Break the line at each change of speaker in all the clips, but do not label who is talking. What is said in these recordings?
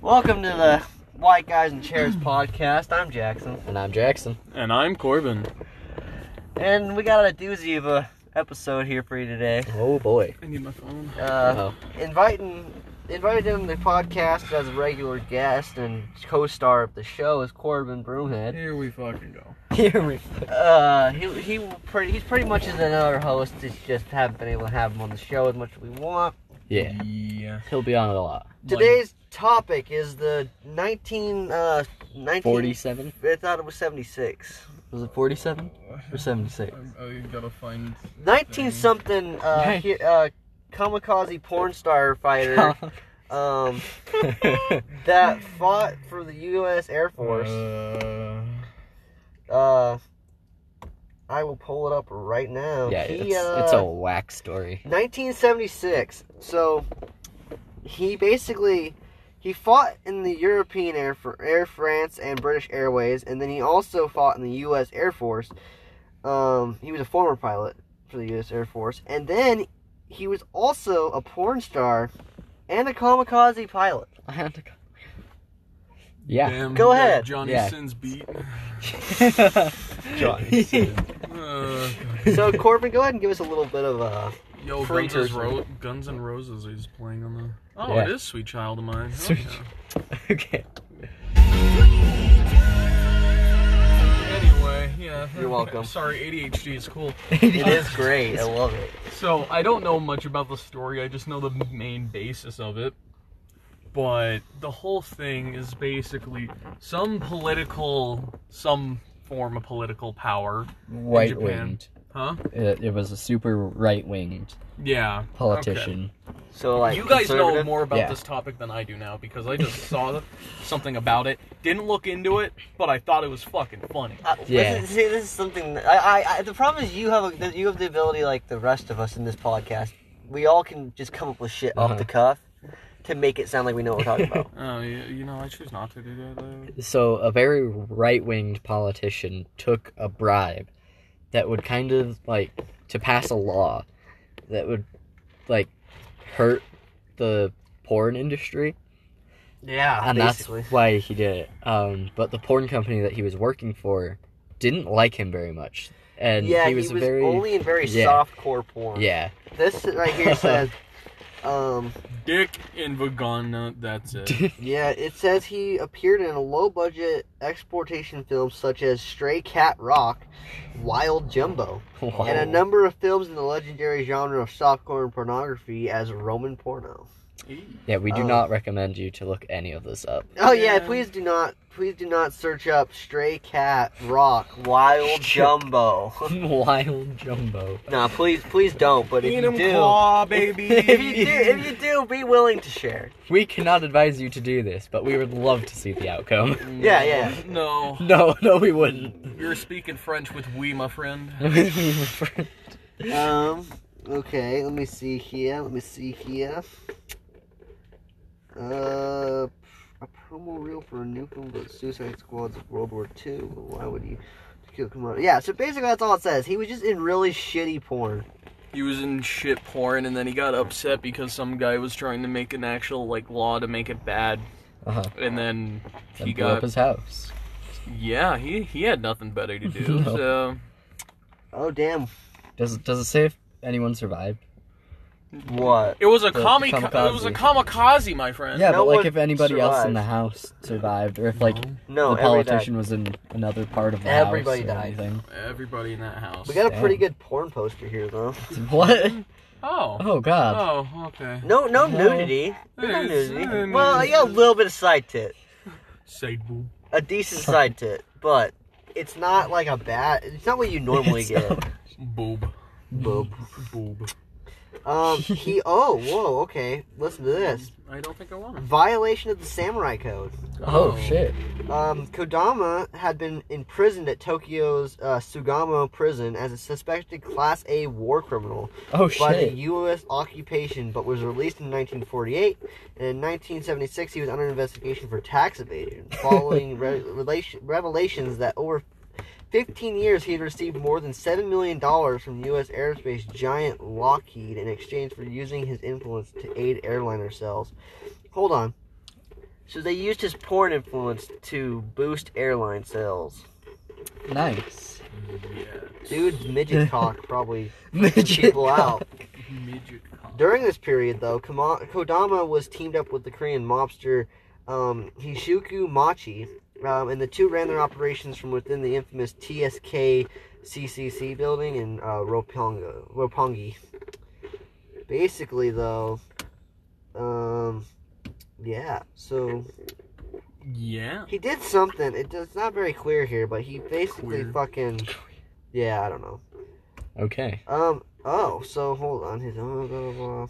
Welcome to the White Guys and Chairs podcast. I'm Jackson,
And I'm Jackson.
And I'm Corbin.
and we got a doozy of a episode here for you today.
Oh boy.
I need my phone.
Uh,
Oh,
inviting invited in the podcast as a regular guest and co-star of the show is Corbin Broomhead.
Here we fucking go.
here we. f-
Uh, he he will pretty he's pretty much is another host. It's just haven't been able to have him on the show as much as we want.
Yeah,
Yeah.
he'll be on it a lot.
Today's topic is the 19 uh 19
Forty-seven.
I thought it was 76.
Was it forty-seven or seventy-six?
I oh, gotta find.
19 something uh,
Nice.
he, uh kamikaze porn star fighter um that fought for the US Air Force.
Uh,
Uh I will pull it up right now.
yeah,
He,
it's,
uh,
it's a whack story.
1976. So he basically he fought in the European Air, Fr- Air France and British Airways, and then he also fought in the U.S. Air Force. Um, he was a former pilot for the U.S. Air Force, and then he was also a porn star and a kamikaze pilot.
I had to go. Yeah.
damn,
Go
we got
ahead.
Johnny
Yeah.
Sins beat.
Johnny Sins.
Uh,
So Corbin, go ahead and give us a little bit of uh,
yo,
Free
Guns, N'
Turkey.
Ro- Guns N' Roses is playing on the. Oh,
Yeah.
it is Sweet Child of Mine. Hell
Sweet-
yeah.
okay.
Anyway, yeah.
You're welcome.
Sorry, ADHD is cool.
it is great. I love it.
So I don't know much about the story. I just know the main basis of it. But the whole thing is basically some political, some form of political power,
Right winged.
huh?
It, it was a super right winged
Yeah.
politician.
So like
Okay. You guys know
conservative?
more about
Yeah.
this topic than I do now because I just saw something about it. Didn't look into it, but I thought it was fucking funny.
Uh,
Yeah.
This is, see, this is something. that- I, I, I, the problem is you have a, that you have the ability, like the rest of us in this podcast, we all can just come up with shit off
Uh-huh.
the cuff to make it sound like we know what we're talking about.
Oh, you, you know, I choose not to do that. Though.
So a very right winged politician took a bribe that would kind of like to pass a law that would like hurt the porn industry.
Yeah,
and
basically.
that's why he did it. Um, but the porn company that he was working for didn't like him very much, and
yeah,
he was, a very
only in very
yeah.
soft core porn.
yeah
This right here says, um,
Dick in Vagana, that's it.
yeah, it says he appeared in a low budget exportation films such as Stray Cat Rock, Wild Jumbo,
Wow.
and a number of films in the legendary genre of softcore and pornography as Roman porno.
yeah. We do
Oh.
not recommend you to look any of this up.
Oh yeah,
Yeah.
please do not please do not search up stray cat rock wild jumbo.
Wild Jumbo.
nah, please please don't, but if
Eat
you
'em
do
claw, baby.
if you do if you do be willing to share.
We cannot advise you to do this, but we would love to see the outcome.
Yeah, yeah.
No,
No, no, we wouldn't.
you're speaking French with we, my friend.
Uh-huh.
Um okay, let me see here. Let me see here. Uh a promo reel for a new film about Suicide Squads of World War II. Why would you to kill Komodo? Yeah, so basically that's all it says. He was just in really shitty porn.
He was in shit porn, and then he got upset because some guy was trying to make an actual like law to make it bad,
uh-huh.
and then
Then
he
blew up
got
his house.
yeah he he had nothing better to do.
No.
So
Oh damn.
Does does it say if anyone survived?
What?
it was a
The
comic
kamikaze.
it was a kamikaze, my friend.
Yeah,
No
but
one
like if anybody else in
survived.
the house survived, or if like
No,
the
every day.
politician was in another part of the
Everybody
house or
died.
anything.
Everybody in that house.
We got a
Damn.
pretty good porn poster here, though.
What?
oh.
Oh God.
Oh, okay.
No, no
No.
nudity. There's no
It's-
nudity.
uh,
Well, yeah, a little bit of side tit,
Say boo.
a decent side tit, but it's not like a bad. It's not Oh, what you normally
It's
get.
not-
Boob.
Boob.
Boob.
Um, he. Oh, whoa. Okay, listen to this.
I don't think I want him.
Violation of the samurai code.
Oh, shit.
Um, Kodama had been imprisoned at Tokyo's uh, Sugamo prison as a suspected Class A war criminal.
Oh
by the
shit.
U.S. occupation, but was released in 1948. And in 1976, he was under investigation for tax evasion, following re- relation- revelations that over 15 years he had received more than $7 million from U.S. aerospace giant Lockheed in exchange for using his influence to aid airliner sales. Hold on. So they used his porn influence to boost airline sales.
Nice.
Yeah.
Dude's midget cock probably took
Midget
people out.
Midget cock.
During this period, though, Kama- Kodama was teamed up with the Korean mobster um, Hishuku Machi, um, and the two ran their operations from within the infamous TSK CCC building in uh, Roppongi. Roppongi. Basically, though, um, yeah, so
Yeah.
he did something. It, it's not very clear here, but he basically
Queer.
fucking. Yeah, I don't know.
Okay.
Um. Oh, so hold on. His blah, blah, blah.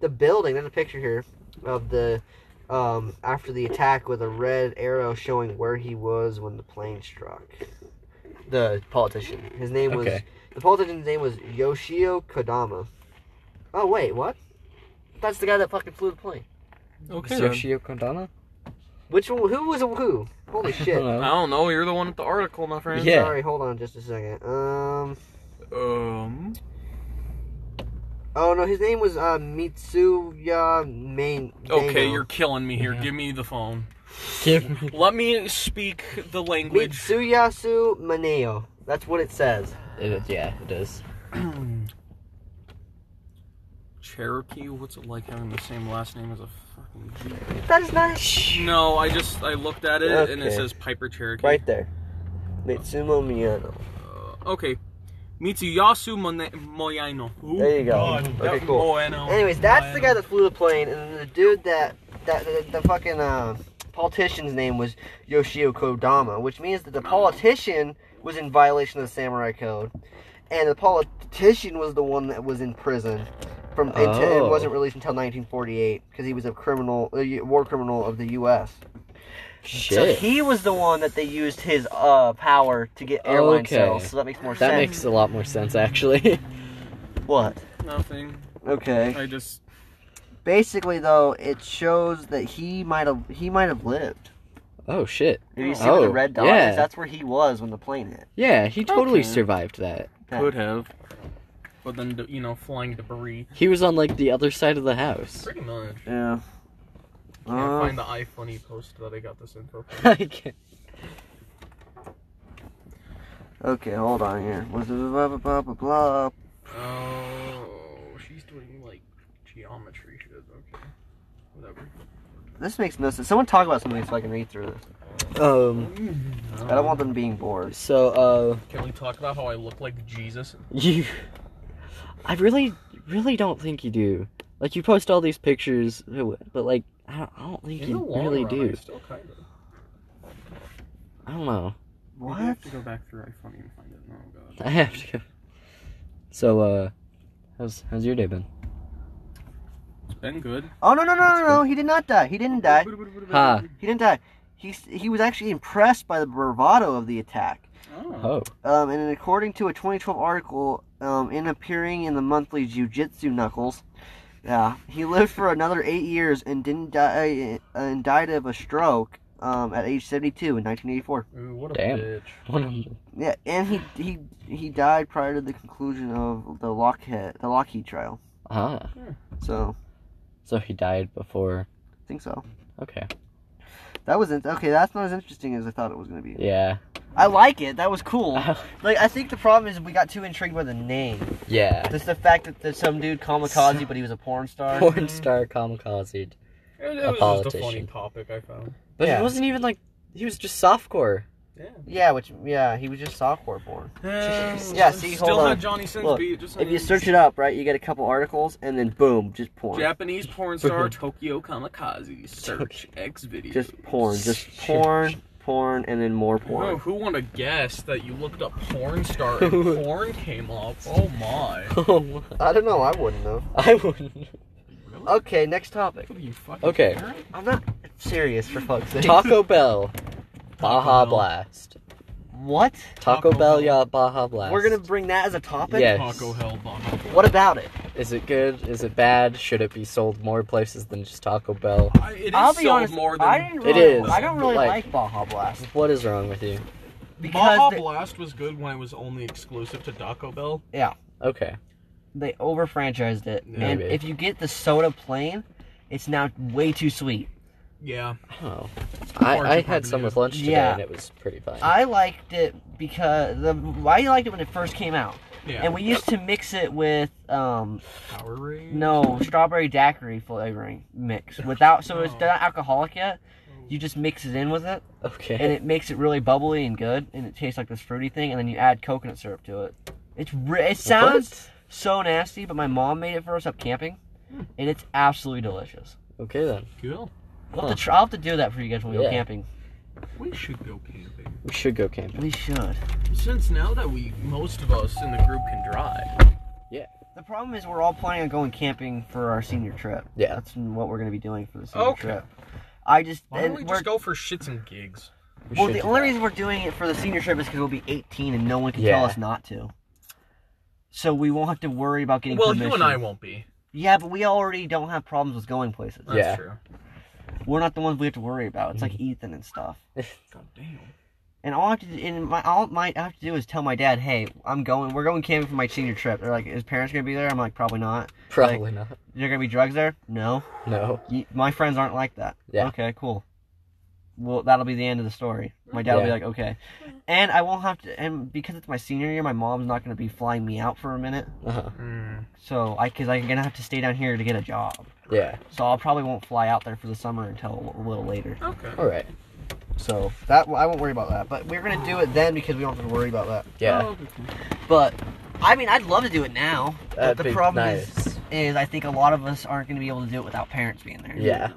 The building. There's a picture here of the um after the attack with a red arrow showing where he was when the plane struck. The politician. His name was
Okay.
the politician's name was Yoshio Kodama. Oh wait, what? That's the guy that fucking flew the plane.
Okay. then.
Yoshio Kodama?
Which one? Who was who? Holy
I
Oh, shit!
don't know.
I don't know. You're the one with the article, my friend.
Yeah.
Sorry, hold on just a second. Um.
Um.
Oh no, his name was uh, Mitsuya Main.
Okay,
Maino.
you're killing me here.
Yeah.
Give me the phone.
Give me-
Let me speak the language.
Mitsuyasu Maneo. That's what it says.
It is- yeah, it is.
Cherokee. What's it like having the same last name as a fucking? Jeep?
That is not
No, I just I looked at it and it
Okay.
says Piper Cherokee.
right there. Mitsumo Miyano.
Uh, okay. Mitsuyasu Mone- Moyano. Ooh,
There you go.
God,
Okay,
that-
cool.
Moeno.
Anyways, that's the
Moeno.
guy that flew the plane, and the dude that that the, the fucking uh, politician's name was Yoshio Kodama, which means that the politician was in violation of the samurai code, and the politician was the one that was in prison from and t- and
Oh.
wasn't released until 1948 because he was a criminal, a war criminal of the U.S. So
Shit.
he was the one that they used his uh, power to get airline
Okay.
sales. So that makes more
That
sense.
makes a lot more sense, actually.
what?
Nothing.
Okay.
I just.
Basically, though, it shows that he might have he might have lived.
oh, shit.
You see where
Oh,
the red dot
yeah.
is? That's where he was when the plane hit.
Yeah, he totally
Okay.
survived that.
Okay.
Could have. But then, you know, flying debris.
He was on, like, the other side of the house.
Pretty much.
Yeah.
Can't
Uh,
find the iFunny post that I got this info from.
I can't-
okay, hold on here. Was it blah blah blah blah blah?
Oh, she's doing like geometry shit. Okay, whatever.
This makes no sense. Someone talk about something so I can read through this.
um,
I don't want them being bored.
so, uh,
Mm-hmm. Can we talk about how I look like Jesus?
you. I really, really don't think you do. Like, you post all these pictures, but, like, I don't, I don't think
In
you
the long
really
run, I
do.
still kind of.
I don't know.
Maybe I
What?
have to go back through iFunny and find it. Oh god.
I have to go. So, uh, how's how's your day been?
It's been good.
Oh no no no no no! He did not die. He didn't die.
Ha.
He didn't die. He he was actually impressed by the bravado of the attack.
Oh.
Oh,
Um, and according to a 2012 article, um, in appearing in the monthly Jiu-Jitsu Knuckles, yeah, he lived for another eight years and didn't die uh, and died of a stroke um, at age 72 in 1984.
Ooh, what a
Damn.
bitch.
one of them.
Yeah, and he he he died prior to the conclusion of the Lockheed the Lockheed trial.
Ah,
So
so he died before.
I think so.
Okay.
That was in- okay. That's not as interesting as I thought it was gonna be.
Yeah.
I like it. That was cool. Like I think the problem is we got too intrigued by the name.
yeah.
Just the fact that there's some dude kamikaze, but he was a porn star.
Porn star kamikaze.
It, it
A
was just a funny
politician.
topic I found.
But
Yeah.
it wasn't even like he was just softcore.
Yeah.
Yeah, which yeah, he was just softcore born.
yeah.
see,
Still
hold
had
on.
Johnny Sins
Look,
beat. Just
If you
saying.
search it up, right, you get a couple articles, and then boom, just porn,
Japanese porn star Tokyo Kamikaze search X video.
just porn, just porn, porn, and then more
Who,
porn.
who want to guess that you looked up porn star and porn came up? Oh my.
Oh my.
I don't know. I wouldn't know.
I wouldn't.
Okay, next topic.
What are you fucking
Okay.
parent?
I'm not serious for fuck's sake.
Taco Bell. Baja
Bell.
Blast.
what?
Taco,
Taco
Bell,
Bell.
yeah, Baja Blast.
We're gonna bring that as a topic.
Yes.
Taco Hell Baba.
What about it?
Is it good? Is it bad? Should it be sold more places than just Taco Bell?
I- It is
I'll be
sold
honest.
more than
I didn't
It
really,
is,
I don't really
but,
like,
like-
Baja Blast
What is wrong with you?
because
Baja
they,
Blast was good when it was only exclusive to Taco Bell.
Okay.
they over franchised it, and
Maybe.
if you get the soda plain, it's now way too sweet.
Yeah.
I don't know. I,
Orange
I
and
had some with lunch today
Yeah.
and it was pretty fine.
I liked it because the why you liked it when it first came out,
Yeah.
and we used to mix it with um
Powerade?
no strawberry daiquiri flavoring mix without so it's
No.
not alcoholic yet. You just mix it in with it, and
okay.
it makes it really bubbly and good, and it tastes like this fruity thing. And then you add coconut syrup to it. It's re- it sounds so nasty, but my mom made it for us up camping, and it's absolutely delicious.
What? Okay then.
Cool.
We'll have
Huh.
to try, I'll have to do that for you guys when we
Yeah.
go camping.
We should go camping.
We should go camping.
We should.
Since now that we most of us in the group can drive.
The problem is we're all planning on going camping for our senior trip.
Yeah.
that's what we're going to be doing for the senior
Okay.
trip. I just
Why don't
and
we
we're
just go for shits and gigs?
We
well.
should
The
do
only
that.
reason we're doing it for the senior trip is because we'll be 18 and no one can tell
Yeah.
us not to. So we won't have to worry about getting
Well,
permission.
you and I won't be.
Yeah, but we already don't have problems with going places.
That's
Yeah. Mm-hmm.
true.
We're not the ones we have to worry about. It's like Ethan and stuff.
God damn.
And all I have to do, and my all my I have to do is tell my dad, "Hey, I'm going. We're going camping for my senior trip." They're like, "Is parents gonna be there?" I'm like, "Probably not."
Probably not.
There gonna be drugs there? No.
No.
You, my friends aren't like that.
Yeah.
Okay, cool. Well, that'll be the end of the story. My dad will be
Yeah.
like, okay. And I won't have to, and because it's my senior year, my mom's not going to be flying me out for a minute.
Uh-huh.
Hmm.
Mm.
So, I, because I'm going to have to stay down here to get a job.
Yeah.
So, I'll probably won't fly out there for the summer until a little later.
Okay.
All right.
So, that, I won't worry about that. But we're going to do it then because we don't have to worry about that.
Yeah.
Oh, okay.
But, I mean, I'd love to do it now. but
That'd
the
be
problem
nice.
is, is I think a lot of us aren't going to be able to do it without parents being there.
Yeah.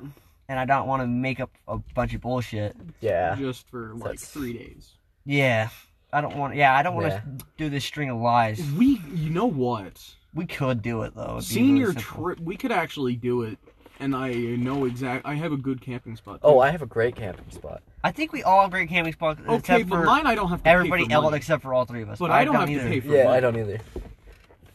And I don't want to make up a bunch of bullshit.
Yeah.
Just for like
That's-
three days.
Yeah. I don't want. Yeah, I don't want
Yeah.
to do this string of lies.
We, you know what?
We could do it though. It'd be
Senior
really simple.
trip, we could actually do it, and I know exact. I have a good camping spot.
Oh, I have a great camping spot.
I think we all agree camping spots
okay,
except
but
for
mine I don't have to. pay
everybody
for
else
money.
except for all three of us.
But I
I've
don't
got
have to
neither.
pay for
Yeah,
mine.
I don't either.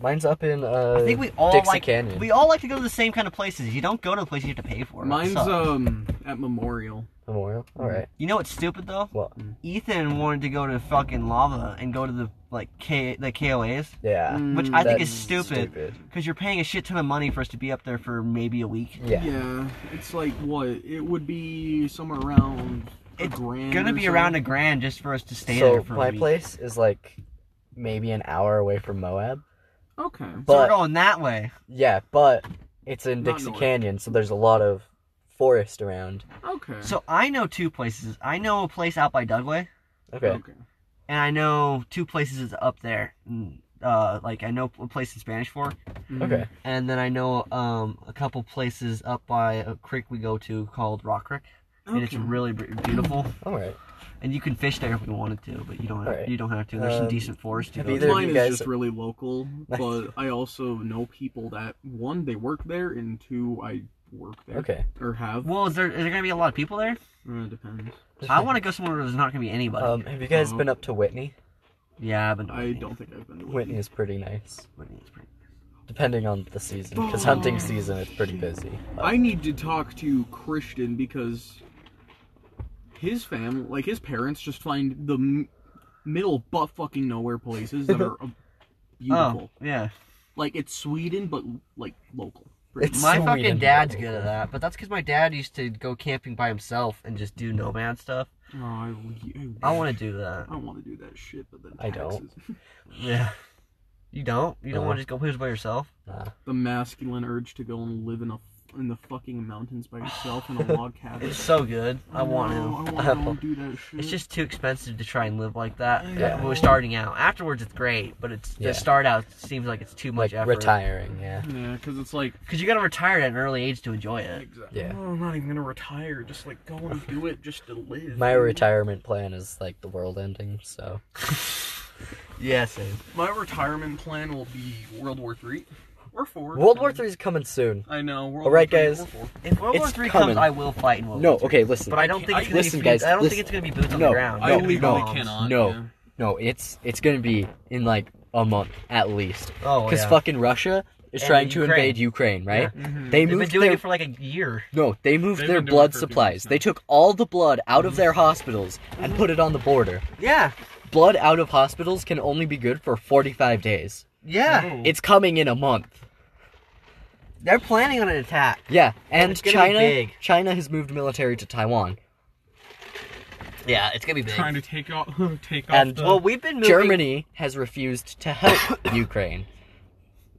Mine's up in uh
I think we all
Dixie
like
Canyon.
we all like to go to the same kind of places. You don't go to the places you have to pay for. It
Mine's
sucks.
um at Memorial.
Memorial.
Mm.
All right.
You know what's stupid though?
Well,
Ethan wanted to go to fucking lava and go to the like K the KOAs,
yeah.
Mm,
which I think
That's
is stupid because you're paying a shit ton of money for us to be up there for maybe a week.
Yeah.
Yeah, it's like what it would be somewhere around a
It's
grand.
Gonna
or
be around a
something.
grand just for us to stay there
So
for a
my
week.
place is like maybe an hour away from Moab,
Okay.
so we're
but
going that way.
yeah, but it's in
Not
Dixie
north.
mm, uh, Mm-hmm.
Mm-hmm.
um,
Um,
Uh,
Um,
Oh. Oh.
uh,
Oh.
Oh,
Uh,
Oh, Mm-hmm.
Oh,
Oh,
Mm-hmm.
Oh,
They're planning on an attack.
Yeah, and
It's gonna be
China
big.
China has moved military to Taiwan.
Yeah, it's gonna be big.
trying to take off take off
And-
the
well, we've been moving,
Germany has refused to help Ukraine.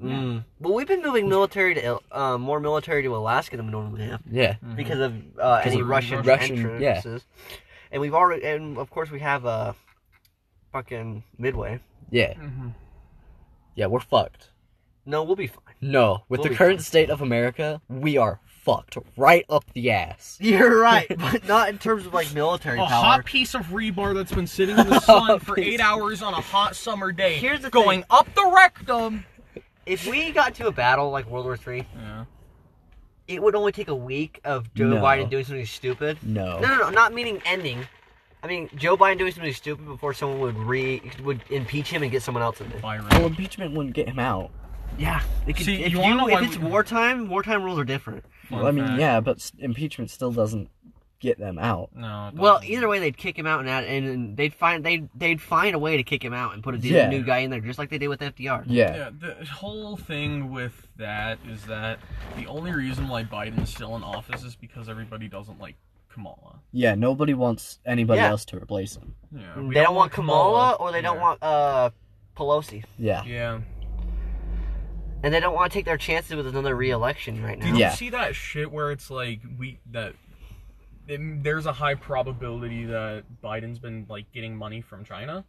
Mm. Well, we've been moving military to Il- uh, more military to Alaska than we normally have
Yeah.
Mhm.
because of uh, any
of
Russian,
Mm-hmm. Russian- yeah.
entrances. And we've already, and of course, we have uh, fucking Midway.
Yeah.
Mhm.
Yeah, we're fucked.
No, we'll be fine.
No, with
We'll
the
be
current
fine.
state of America, we are fucked right up the ass.
You're right, but not in terms of like military
a
power.
hot piece of rebar that's been sitting in the sun for
Piece.
eight hours on a hot summer day,
Here's the
going up the rectum.
If we got into a battle like World War Three, it would only take a week of Joe
No.
Biden doing something stupid.
No.
No, no, no, not meaning ending. I mean Joe Biden doing something stupid before someone would re would impeach him and get someone else in there.
Well, impeachment wouldn't get him out.
Yeah, it could,
See,
if
you
you,
wanna know why
if it's
we-
wartime, wartime rules are different.
Well, I mean, yeah, but s- impeachment still doesn't get them out.
No.
Well, either way, they'd kick him out and add, and, and they'd find they'd they'd find a way to kick him out and put a
Yeah.
new guy in there, just like they did with FDR.
Yeah.
Yeah, the whole thing with that is that the only reason why Biden's still in office is because everybody doesn't like Kamala.
Yeah, nobody wants anybody
Yeah.
else to replace him.
Yeah,
They don't want Kamala, or they don't want uh Pelosi,
Yeah.
Yeah.
and they don't want to take their chances with another reelection right now.
Did
Yeah.
you see that shit where it's like we that it, there's a high probability that Biden's been like getting money from China?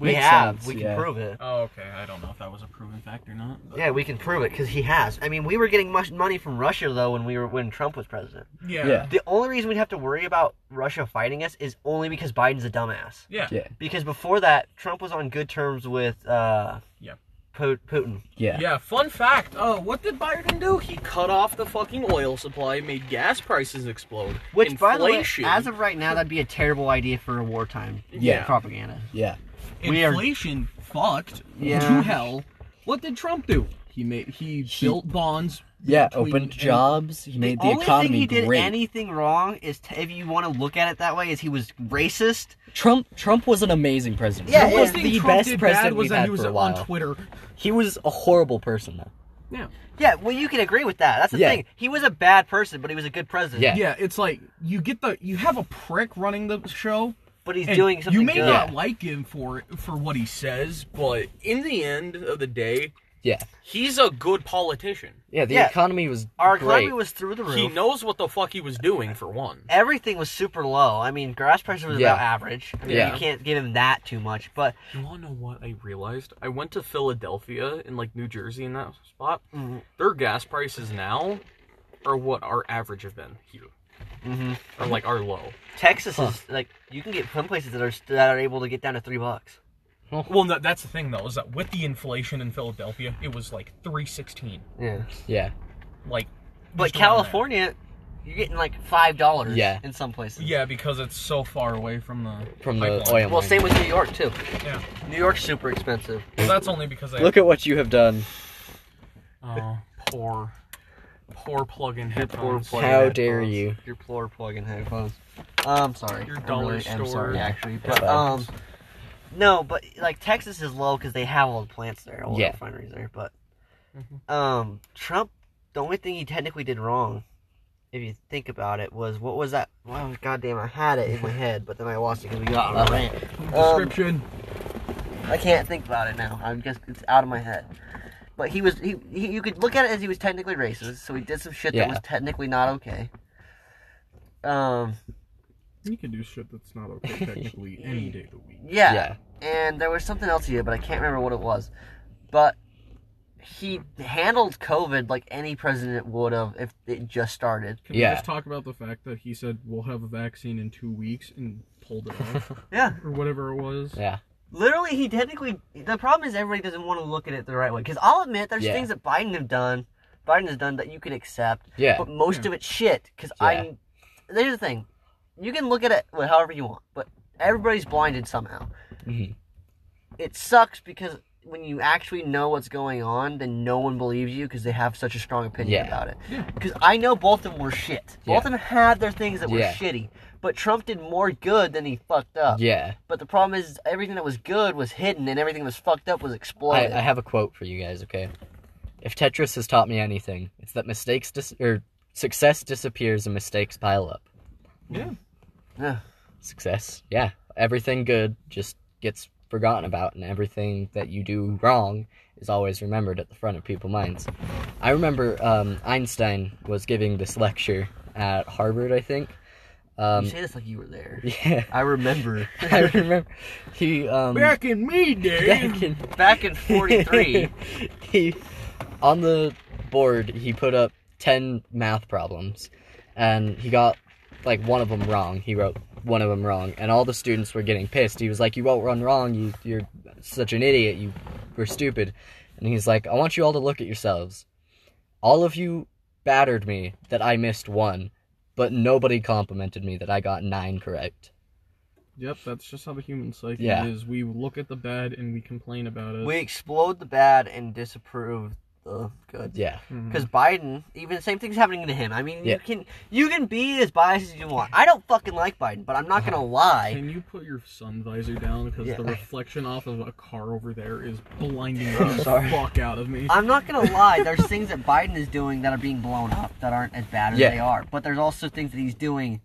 we
Makes
have,
sense,
we can
yeah.
prove it.
Oh, okay. I don't know if that was a proven fact or not. but-
Yeah, we can prove it because he has. I mean, we were getting much money from Russia though when we were when Trump was president.
Yeah.
Yeah.
The only reason we'd have to worry about Russia fighting us is only because Biden's a dumbass.
Yeah.
Yeah.
Because before that, Trump was on good terms with uh,
Yeah.
Pu- Putin.
Yeah.
Yeah, fun fact. Oh, what did Biden do? He cut off the fucking oil supply, made gas prices explode.
Which,
inflation.
by the way, as of right now, that'd be a terrible idea for a wartime
Yeah.
propaganda.
Yeah.
we are-
inflation fucked
Yeah.
to hell. What did Trump do? He made he, built bonds.
Yeah,
between-
opened jobs. He made the,
only thing
economy
he did
great.
anything wrong is, t- if you want to look at it that way, is he was racist.
Trump Trump was an amazing president.
Yeah,
he
yeah.
was
Worst
thing
the
Trump
best
did
president
bad was
we've
that
had
he was
for a
on
while.
Twitter.
He was a horrible person though.
Yeah.
Yeah, well, you can agree with that. That's the
Yeah.
thing. He was a bad person, but he was a good president.
Yeah.
Yeah, it's like you get the you have a prick running the show.
But he's
and
doing something
you may
good.
not like him for for what he says, but in the end of the day,
Yeah.
he's a good politician.
Yeah, the
Yeah.
economy was
Our
great.
economy was through the roof.
He knows what the fuck he was doing for one.
everything was super low. I mean, grass pressure was
Yeah.
about average. I mean,
Yeah.
You can't give him that too much, but
You wanna know what I realized? I went to Philadelphia in like New Jersey in that spot.
Mm-hmm.
Their gas prices now are what our average have been here.
Mm-hmm.
Or like our low.
Texas is like you can get some places that are that are able to get down to three bucks.
Well, no, that's the thing though, is that with the inflation in Philadelphia, it was like three sixteen.
Yeah,
Yeah.
Like,
but
just around there.
California, you're getting like five dollars.
Yeah.
in some places.
Yeah, because it's so far away from the
From the
pipeline.
oil.
Well, same with New York too.
Yeah,
New York's super expensive.
Well, that's only because I
Look at what you have done.
oh, poor, poor plug-in headphones.
plug-in
How
headphones.
dare you.
Your poor plug-in headphones. Um, sorry.
Your
I
dollar
really am
store.
sorry, actually, but um,
Headphones.
no, but like Texas is low because they have all the plants there, all the
Yeah.
refineries there. But
Mm-hmm.
um, Trump, the only thing he technically did wrong, if you think about it, was what was that? Wow, goddamn, I had it in my head, but then I lost it because we got
Uh-huh.
on a rant. Um,
description.
I can't think about it now. I'm just it's out of my head. But he was he, he you could look at it as he was technically racist, so he did some shit
Yeah.
that was technically not okay. Um
you can do shit that's not okay technically any day of the week.
yeah.
Yeah.
And there was something else he did, but I can't remember what it was. But he handled COVID like any president would have if it just started.
Can we
Yeah.
just talk about the fact that he said we'll have a vaccine in two weeks and pulled it off
Yeah.
or whatever it was?
Yeah.
Literally he technically the problem is everybody doesn't want to look at it the right way. Because I'll admit there's
Yeah.
things that Biden have done Biden has done that you can accept.
Yeah.
but most of it's shit because I. There's the thing, you can look at it well, however you want, but everybody's blinded somehow.
Mhm.
It sucks because when you actually know what's going on, then no one believes you because they have such a strong opinion
Yeah.
about it. Because I know both of them were shit. Both of them had their things that were
Yeah.
shitty, but Trump did more good than he fucked up.
Yeah.
But the problem is, everything that was good was hidden, and everything that was fucked up was
I,
exploded.
I have a quote for you guys, okay? If Tetris has taught me anything, it's that mistakes dis- or success disappears and mistakes pile up.
Yeah.
Mm.
Yeah.
Success. Yeah. Everything good just gets forgotten about and everything that you do wrong is always remembered at the front of people's minds. I remember um, Einstein was giving this lecture at Harvard, I think.
you
Um,
say this like you were there.
yeah.
I remember.
I remember he um
Back in me day.
back in
Back in 43.
he on the board he put up 10 math problems and he got like one of them wrong. He wrote one of them wrong and all the students were getting pissed. He was like you wrote one wrong. You you're such an idiot. You were stupid. And he's like I want you all to look at yourselves. All of you battered me that I missed one, but nobody complimented me that I got 9 correct.
Yep, that's just how the human psyche
Yeah.
is. We look at the bad and we complain about it.
we explode the bad and disapprove the good.
Yeah.
Mhm.
Because Biden, even the same thing's happening to him. I mean,
Mm-hmm. Yeah.
you can you can be as biased as you want. I don't fucking like Biden, but I'm not gonna
Uh-huh.
lie.
Can you put your sun visor down? Because
Yeah.
the reflection off of a car over there is blinding
I'm
the
sorry.
fuck out of me.
I'm not gonna lie. There's things that Biden is doing that are being blown up that aren't as bad as
Yeah.
they are. But there's also things that he's doing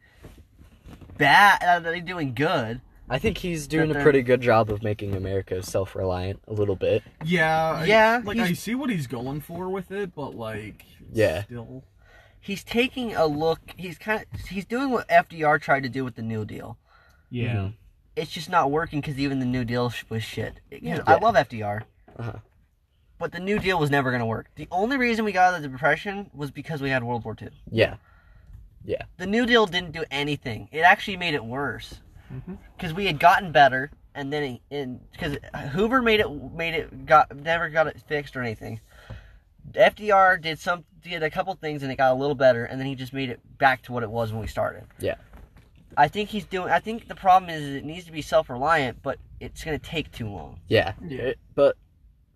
bad uh, that they're doing good.
I think he's doing a
they're-
pretty good job of making America self-reliant a little bit.
Yeah. I-
Yeah,
Like
he's-
I see what he's going for with it, but like.
Yeah.
Still.
He's taking a look. He's kind of he's doing what FDR tried to do with the New Deal.
Yeah.
Mhm.
It's just not working because even the New Deal sh- was shit. 'Cause
Yeah.
I love FDR.
Uh-huh.
But the New Deal was never going to work. The only reason we got out of the Depression was because we had World War II.
Yeah.
the New Deal didn't do anything. It actually made it worse because we had gotten better, and then because Hoover made it made it got never got it fixed or anything. FDR did some did a couple things and it got a little better, and then he just made it back to what it was when we started.
Yeah.
I think he's doing. I think the problem is it needs to be self reliant, but it's going to take too long.
Yeah.
Yeah.
It- but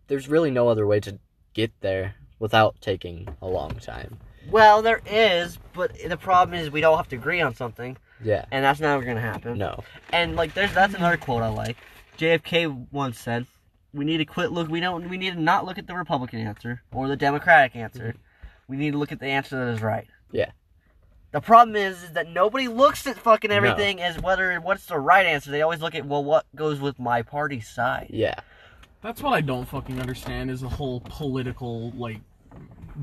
there's really no other way to get there without taking a long time.
Well, there is, but the problem is we don't have to agree on something,
Yeah.
and that's never going to happen.
No.
And like, there's that's another quote I like. JFK once said, "We need to quit look. We don't. We need to not look at the Republican answer or the Democratic answer. We need to look at the answer that is right."
Yeah.
The problem is, is that nobody looks at fucking
No.
everything as whether what's the right answer. They always look at well, what goes with my party's side.
Yeah.
That's what I don't fucking understand is the whole political like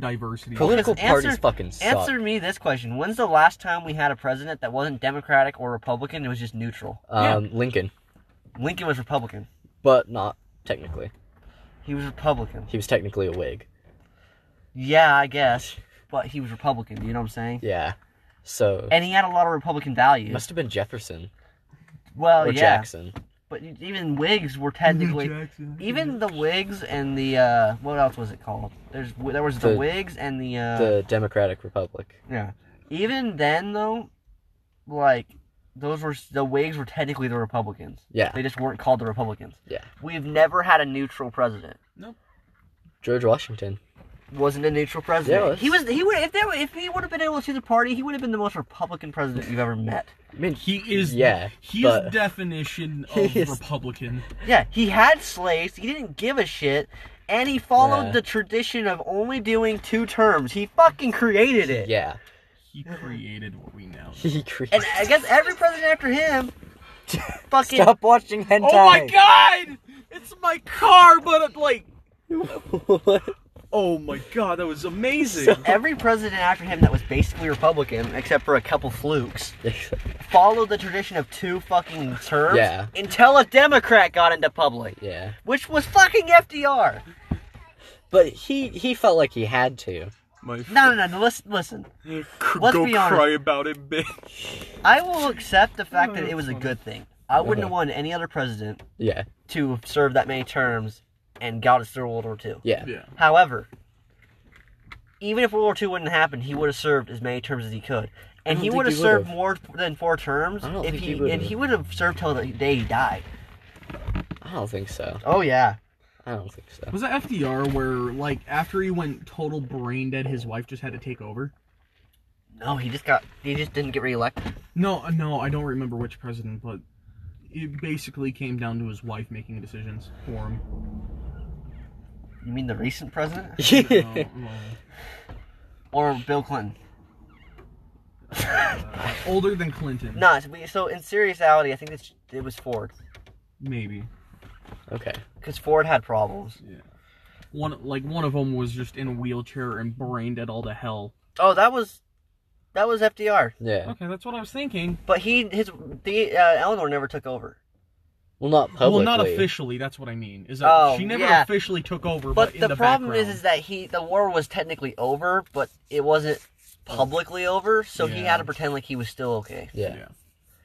diversity.
Political
answer-
parties fucking suck.
Answer me this question: When's the last time we had a president that wasn't Democratic or Republican? It was just neutral.
um, Lincoln,
Lincoln was Republican.
but not technically.
He was Republican.
He was technically a Whig.
Yeah, I guess, but he was Republican. You know what I'm saying?
Yeah. So
and he had a lot of Republican values.
must have been Jefferson
well,
or
Oh, yeah,
Jackson.
but e-, even Whigs were technically even the Whigs and the uh, what else was it called? There's there was the,
The-
Whigs and the, uh,
The Democratic Republic.
yeah. Even then though, like those were the Whigs were technically the Republicans.
Yeah.
They just weren't called the Republicans.
Yeah.
We've never had a neutral president.
George Washington.
Wasn't a neutral president.
Yeah, it
he was. He would if there were- if he would have been able to choose a party, he would have been the most Republican president you've ever met.
I mean,
He is.
Yeah,
He
but-
is definition
He
of
is-
Republican.
Yeah, he had slaves. He didn't give a shit, and he followed
Yeah.
the tradition of only doing two terms. He fucking created it.
yeah.
He created what we now.
He created.
And I guess every president after him, fucking
Stop watching hentai.
Oh my god! It's my car, but it, like,
god.
oh my god, that was amazing.
every president after him that was basically Republican, except for a couple flukes, followed the tradition of two fucking terms.
Yeah.
Until a Democrat got into public,
yeah.
which was fucking FDR.
But he he felt like he had to.
my f-
No, no, no. Listen, listen. let's
go
be honest.
cry about it, bitch.
I will accept the fact that it was a good thing. I wouldn't
Okay.
have wanted any other president
Yeah.
to serve that many terms and got us through World War II.
Yeah.
Yeah.
However, even if World War II wouldn't happen, he would have served as many terms as he could, and
don't
he
think
would have
he
served
would've.
more than four terms
I don't
if
think
he,
he would've.
and he would have served till the day he died.
I don't think so.
Oh yeah,
I don't think so.
Was that FDR where, like, after he went total brain dead, his wife just had to take over?
no, he just got he just didn't get reelected.
No, uh, no, I don't remember which president, but it basically came down to his wife making decisions for him.
You mean the recent president
No,
or Bill Clinton?
well, older than Clinton.
No, so, we- so in seriality, I think it's, it was Ford
Maybe.
okay.
because Ford had problems.
One like one of them was just in a wheelchair and brain dead all to hell.
Oh, that was that was FDR,
Yeah.
Okay, that's what I was thinking.
but he his the uh, Eleanor never took over.
Well, not publicly.
Well, not officially. That's what I mean. Is that
Oh,
she never
yeah.
officially took over, but,
But
in
the, problem
background.
is, is that he the war was technically over, but it wasn't publicly over, so he
Yeah.
had to pretend like he was still okay.
Yeah.
yeah.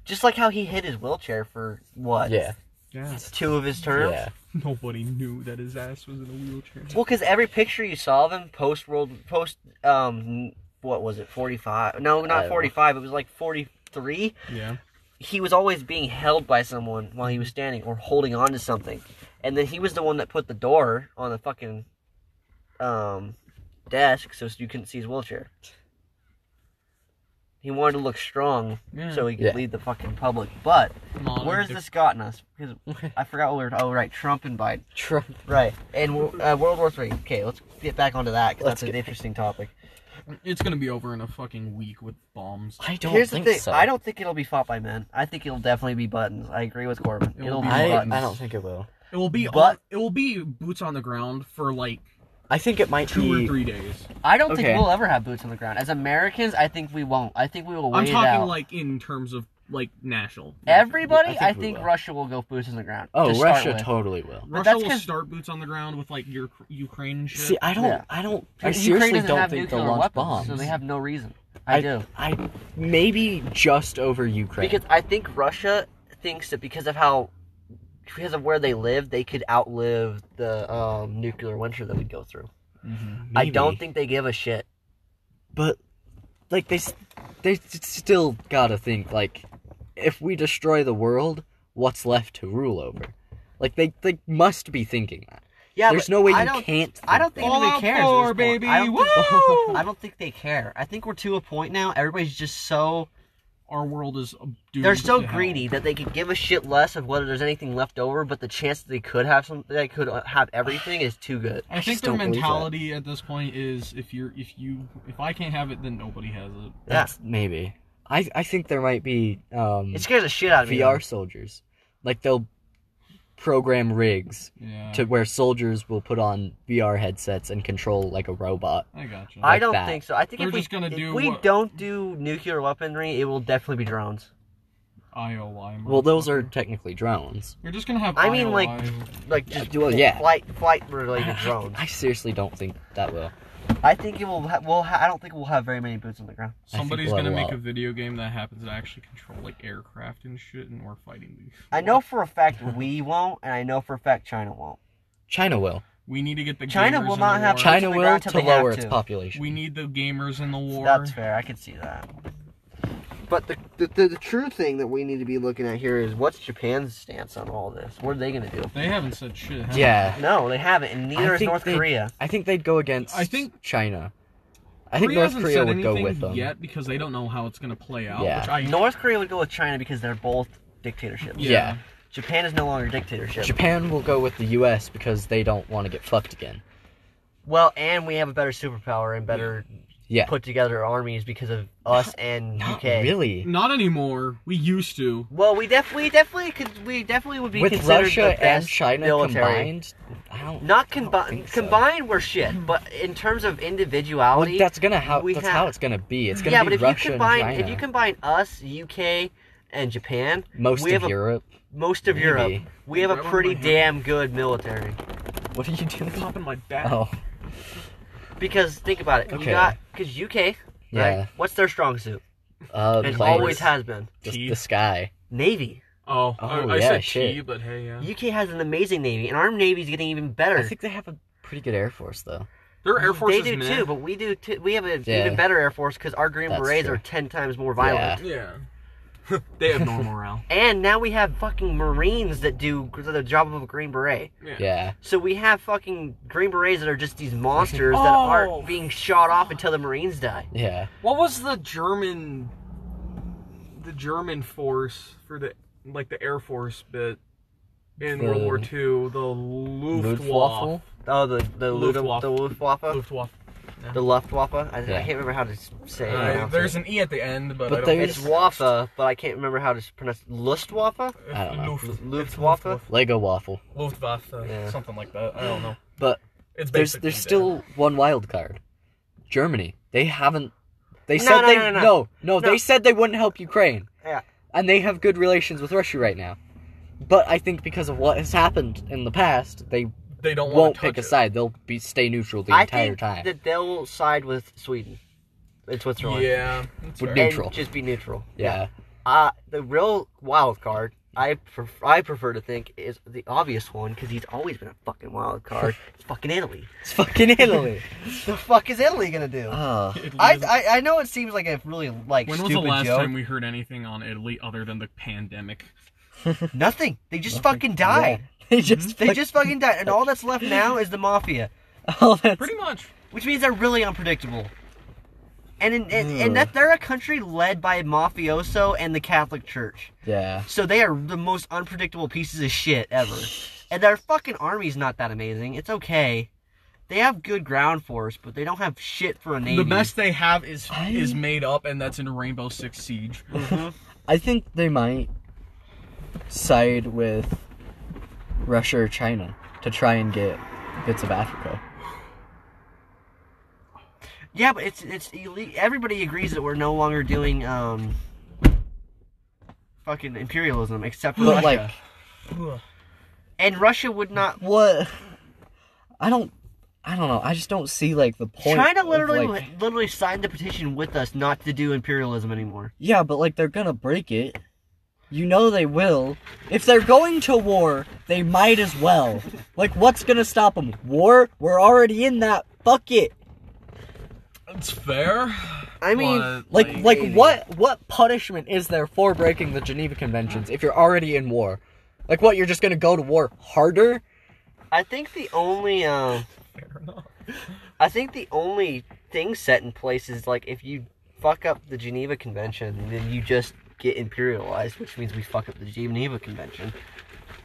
Just like how he hid his wheelchair for what?
Yeah.
Yeah.
Two of his terms.
Yeah.
Nobody knew that his ass was in a wheelchair.
Well, because every picture you saw of him post world post um what was it forty five? No, not
I don't know.
forty five. It was like forty three.
Yeah.
He was always being held by someone while he was standing or holding on to something, and then he was the one that put the door on the fucking um desk so you couldn't see his wheelchair. He wanted to look strong
Yeah.
so he could
Yeah.
lead the fucking public. But
Modern
where's
dic-
this gotten us? Because I forgot what we were. Oh, right, Trump and Biden.
Trump.
Right, and wo- uh, World War Three. Okay, let's get back onto that because
Let's
that's an
get-
interesting topic.
It's gonna be over in a fucking week with bombs.
I don't
Here's the
think
thing:
so.
I don't think it'll be fought by men. I think it'll definitely be buttons. I agree with Corbin.
It will
It'll be
be
I,
buttons.
I don't think it will.
It will be
But-
on, it will be boots on the ground for like
I think it might
two
be.
or three days.
I don't think
Okay.
we'll ever have boots on the ground as Americans. I think we won't. I think we will wait
I'm
it
talking
out.
like in terms of like national.
Everybody,
I think
I
we
think
will.
Russia will go boots on the ground.
Oh,
to start
Russia
with.
totally will.
But
Russia
that's
will
'cause-
start boots on the ground with like your Ukraine and shit.
See, I don't.
Yeah.
I don't. I
Ukraine
seriously
doesn't
don't
have
think they'll
nuclear
launch
weapons,
bombs.
so they have no reason. I, do
I maybe just over Ukraine.
because I think Russia thinks that because of how. Because of where they live, they could outlive the um, nuclear winter that we'd go through. I
Mm-hmm.
Maybe.
don't think they give a shit.
But like they, s- they s- still gotta think like, if we destroy the world, what's left to rule over? Like they, they must be thinking that.
Yeah,
There's
but
no way
I
you
don't-
can't. Think
I don't think
All
anybody
out
cares. at this
for,
point.
baby,
I don't,
woo!
think, I don't think they care. I think we're to a point now. Everybody's just so
Our world is doomed
they're so
to hell.
greedy that they could give a shit less of whether there's anything left over, but the chance that they could have some, they could have everything is too good.
I think
just
their
don't believe that.
mentality at this point is if you're if you if I can't have it then nobody has it.
That's maybe. I I think there might be um
It scares the shit out of me. though.
VR soldiers. Like they'll program rigs
Yeah.
to where soldiers will put on VR headsets and control like a robot.
I gotcha.
I
like
don't
that.
think so. I think
They're
if we
just gonna
if
do
we
what-
don't do nuclear weaponry, it will definitely be drones.
IOI.
Well, those are
motherfucker.
technically drones.
You're just gonna have.
I mean,
IOI.
like- Like
Yeah,
just
well, yeah.
flight flight related
I- I-
drones.
I seriously don't think that will.
I think it will. Ha- we'll. Ha- I don't think we'll have very many boots on the ground.
I think
Somebody's
we'll
gonna
have a
make
lot.
a video game that happens to actually control like aircraft and shit, and we're fighting these.
I know for a fact we won't, and I know for a fact China won't.
China will.
We need to get the
China
gamers
will
in
not
the
have
war.
China-
China
they
will
got till
to
they have
lower its
to.
population.
We need the gamers in the war.
That's fair. I can see that. But the, the, the, the true thing that we need to be looking at here is what's Japan's stance on all this? What are they going to do?
They haven't said shit. have
yeah.
No, they haven't, and neither
I
is
think
North
they-
Korea.
I think they'd go against
I think-
China. I
they?
think
Korea
North
hasn't
Korea
said
would go
anything
with them.
yet because they don't know how it's gonna play out.
Yeah.
Which I,
North Korea would go with China because they're both dictatorships.
Yeah.
Japan is no longer a dictatorship.
Japan will go with the US because they don't want to get fucked again.
well, and we have a better superpower and better
Yeah.
put together armies because of us and
Not
UK.
really.
Not anymore. We used to.
Well, we definitely, definitely could, we definitely would be
With
considered the
Russia
best
and China
military.
combined, I don't
Not
don't
combined.
think so.
Combined, we're shit. But in terms of
Well,
individuality,
Oh, that's gonna how
we
that's
have-
how it's gonna be. It's gonna
yeah.
be
But if
Russia
you combine,
and China.
if you combine us, UK, and Japan,
most
we
of
have a-
Europe.
most of
Maybe.
Europe, we have a
Right on
pretty
my hand.
damn good military.
What are you doing?
Popping my back.
Oh,
Because think about it,
Okay.
you got because UK,
yeah.
right? What's their strong suit?
Uh,
And
planes.
always has been
just
Tea.
the sky.
navy.
Oh.
Oh,
I, I
yeah,
said
shit.
tea, but hey, yeah.
UK has an amazing navy, and our navy's getting even better.
I think they have a pretty good air force though.
Their Air Force
they
is
do
meh.
too, but we do too. We have an
Yeah.
even better air force because our Green
That's
Berets
true.
are ten times more violent.
Yeah.
Yeah. they have no morale.
And now we have fucking Marines that do the job of a Green Beret.
Yeah.
Yeah.
So we have fucking Green Berets that are just these monsters that
Oh.
aren't being shot off until the Marines die.
Yeah.
What was the German the German force for the like the Air Force bit in World War
The
II? The Luftwaffe.
Luftwaffe?
Oh, the the Luftwaffe.
Luftwaffe.
The Luftwaffe.
Uh, Luftwaffe.
The Luftwaffe. I, I
Yeah.
can't remember how to s- say. it.
Uh,
pronounce
there's
it.
an E at the end, but,
Oh, But
I don't
there's-
It's Waffa, but I can't remember how to s- pronounce Lustwaffe.
I don't know.
Luft- it's
Luftwaffe?
Lego waffle.
Luftwaffe, uh,
Yeah.
something like that. I don't know.
But
It's
there's
basically
there's
that.
still one wild card. Germany. They haven't. They
No,
said
no,
they
no, no, no.
no,
No.
They said they wouldn't help Ukraine.
Yeah.
And they have good relations with Russia right now. But I think because of what has happened in the past, they
they don't want
won't
to
pick
touch
a side. They'll be stay neutral the
I
entire
think
time.
that they'll side with Sweden. It's what's
It.
wrong.
Yeah, that's
Would
fair.
be-
And
Neutral.
just be neutral.
yeah.
Uh, the real wild card, I pref- I prefer to think, is the obvious one because he's always been a fucking wild card. it's fucking Italy.
It's fucking Italy.
The fuck is Italy gonna do?
Ah.
Italy
I,
is-
I I know it seems like a really like
when was
stupid
the last
joke.
time we heard anything on Italy other than the pandemic?
Nothing. They just fucking died.
they just
They just fucking died, and all that's left now is the mafia,
all that
Pretty much.
which means they're really unpredictable. And in, and,
Ugh.
and that they're a country led by mafioso and the Catholic Church,
yeah.
so they are the most unpredictable pieces of shit ever. And their fucking army's not that amazing. It's okay. They have good ground force, but they don't have shit for a navy.
The best they have is
I-
is made up, and that's in Rainbow Six Siege.
Mhm.
I think they might side with Russia or China to try and get bits of Africa.
Yeah, but it's it's ille- everybody agrees that we're no longer doing um fucking imperialism except for
But
Russia.
like
and Russia would not
what I don't I don't know. I just don't see like the point.
China
of,
literally
like-
literally signed the petition with us not to do imperialism anymore.
Yeah, but like they're gonna break it. You know they will. If they're going to war, they might as well. Like, what's gonna stop them? War? We're already in that. Fuck it.
It's fair.
I mean,
but,
Like, like,
Like-
what? What punishment is there for breaking the Geneva Conventions if you're already in war? Like, what? You're just gonna go to war harder?
I think the only um
fair enough.
I think the only thing set in place is like if you fuck up the Geneva Convention, then you just get imperialized, which means we fuck up the Geneva Convention.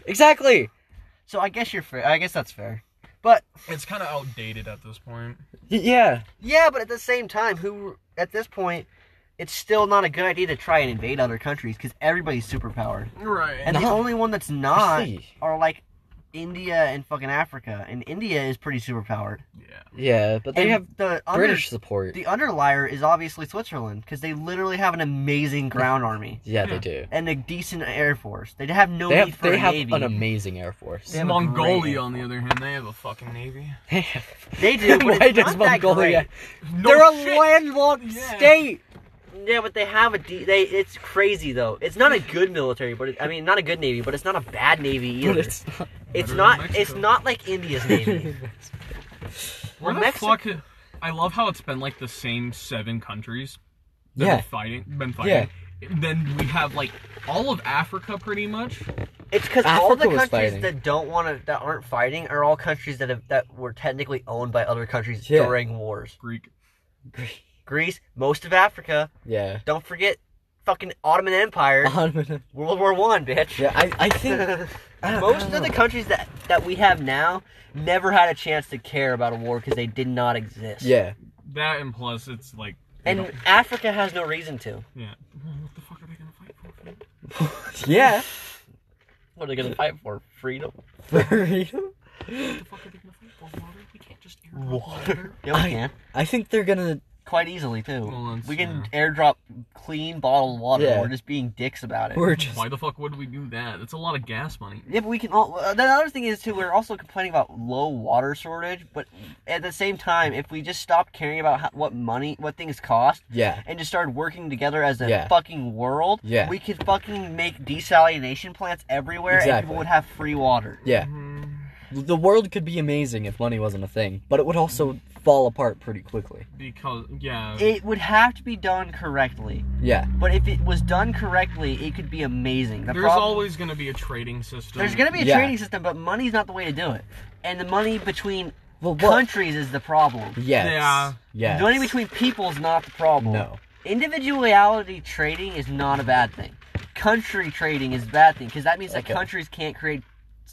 Exactly.
So I guess you're fair. I guess that's fair. But
It's kind of outdated at this point.
Y- yeah.
Yeah, but at the same time, who at this point, it's still not a good idea to try and invade other countries because everybody's superpowered,
Right.
and the
No.
only one that's not
see.
are like India and fucking Africa, and India is pretty superpowered.
yeah.
Yeah, but they
and
have
the
British support.
Under, the underlier is obviously Switzerland because they literally have an amazing ground army
yeah, they do.
and a decent air force. They have no
They
need
have
for
they
a
have
navy.
an amazing air force.
They have a great-
Mongolia, on the other hand, they have a fucking navy.
They do, but
Why
it's
does
not that
Mongolia?
great.
No
They're a
shit.
landlocked
Yeah.
state.
Yeah, but they have a de- they. It's crazy though. It's not a good military, but it, I mean, not a good navy, but it's not a bad navy either.
But it's not-
It's
Better than
not.
Mexico.
It's not like India's navy.
Where
Well,
the
Mexi-
fuck? I love how it's been like the same seven countries that
Yeah.
have fighting, been fighting. Then we have like all of Africa pretty much.
It's because all the
Africa was
countries
fighting.
that don't want to, that aren't fighting, are all countries that have that were technically owned by other countries
Yeah.
during wars.
Greek.
Greece, most of Africa.
yeah.
Don't forget, fucking Ottoman Empire, World War One, bitch.
Uh-huh. Yeah, Ah. I, I think I-
most
I
of the
don't-
countries that that we have now never had a chance to care about a war because they did not exist.
yeah.
That and plus it's like
And Africa has no reason to.
yeah. Well, what the fuck are they gonna fight for?
Yeah.
What are they gonna fight for? Freedom.
Freedom.
What the fuck are they gonna fight for? Water? We can't just air water.
Yeah, we can.
I think they're gonna
Quite easily too.
Well, that's-
we can airdrop clean bottled water.
Yeah.
We're just being dicks about it.
we're just
Why the fuck would we do that? That's a lot of gas money.
yeah, but we can all. Uh, the other thing is too, we're also complaining about low water shortage. But at the same time, if we just stopped caring about how, what money, what things cost,
Yeah.
and just started working together as a
Yeah.
fucking world,
Yeah.
we could fucking make desalination plants everywhere, and
Exactly.
people would have free water.
Yeah.
Mm.
The world could be amazing if money wasn't a thing, but it would also fall apart pretty quickly.
Because yeah,
It would have to be done correctly.
Yeah.
But if it was done correctly, it could be amazing. The
there's
problem-
always gonna be a trading system.
there's gonna be a
Yeah.
trading system, but money's not the way to do it. And the money between
Well, what?
countries is the problem.
Yes.
Yeah.
Yes.
Money between people's not the problem.
No.
Individuality trading is not a bad thing. Country trading is a bad thing because that means that
Okay.
countries can't create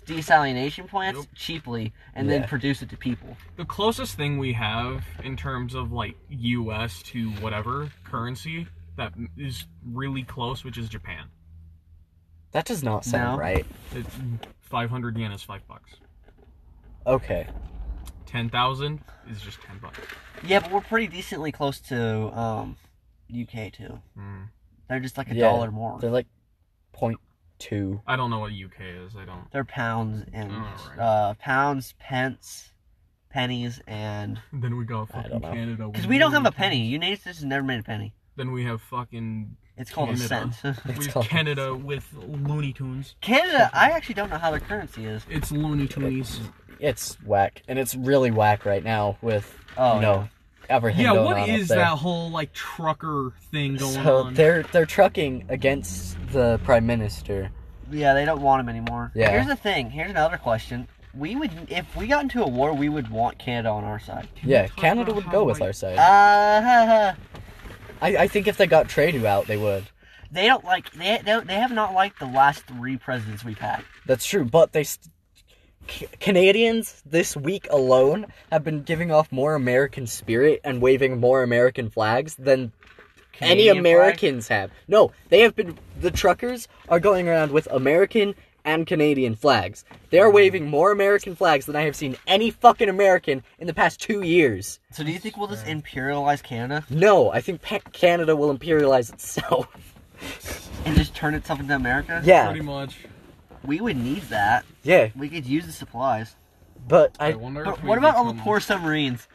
desalination plants
Yep.
cheaply and
Yeah.
then produce it to people.
The closest thing we have in terms of like US to whatever currency that is really close, which is Japan.
That does not sound
No.
right.
It's 500 yen is five bucks.
Okay.
10,000 is just 10 bucks.
Yeah, but we're pretty decently close to um, UK too.
Mm.
They're just like a
Yeah,
dollar more.
They're like point two.
I don't know what UK is. I don't.
They're pounds and
Alright.
uh, pounds, pence, pennies, and
Then we got
I
fucking
don't know.
Canada.
because we don't have a penny. United States has never made a penny.
Then we have fucking
It's called
Canada.
a cent.
we
It's
have
called-
Canada with Looney Tunes.
Canada, I actually don't know how their currency is.
It's Looney Tunes.
It's whack, and it's really whack right now with
Oh,
you know everything
Yeah,
going
what
on
is
up there.
that whole like trucker thing going
so
on?
they're they're trucking against the prime minister.
Yeah, they don't want them anymore.
Yeah.
Here's the thing. Here's another question. We would, if we got into a war, we would want Canada on our side.
yeah,
talk
Canada
about
would
how, Ah.
go with
like-
our side.
Uh, ha, ha.
I, I think if they got Tradu out, they would.
they don't like they, they they have not liked the last three presidents we've had.
That's true, but they. St- C- Canadians this week alone have been giving off more American spirit and waving more American flags than
Canadian
any Americans have. No, they have been. The truckers are going around with American and Canadian flags. They are waving more American flags than I have seen any fucking American in the past two years.
flag. So do you think we'll just imperialize Canada
No, I think pa- Canada will imperialize itself.
and just turn itself into America?
yeah,
Pretty much.
We would need that.
yeah,
We could use the supplies.
but
I,
I.
wonder
But
if we
what about all the
become-
poor submarines?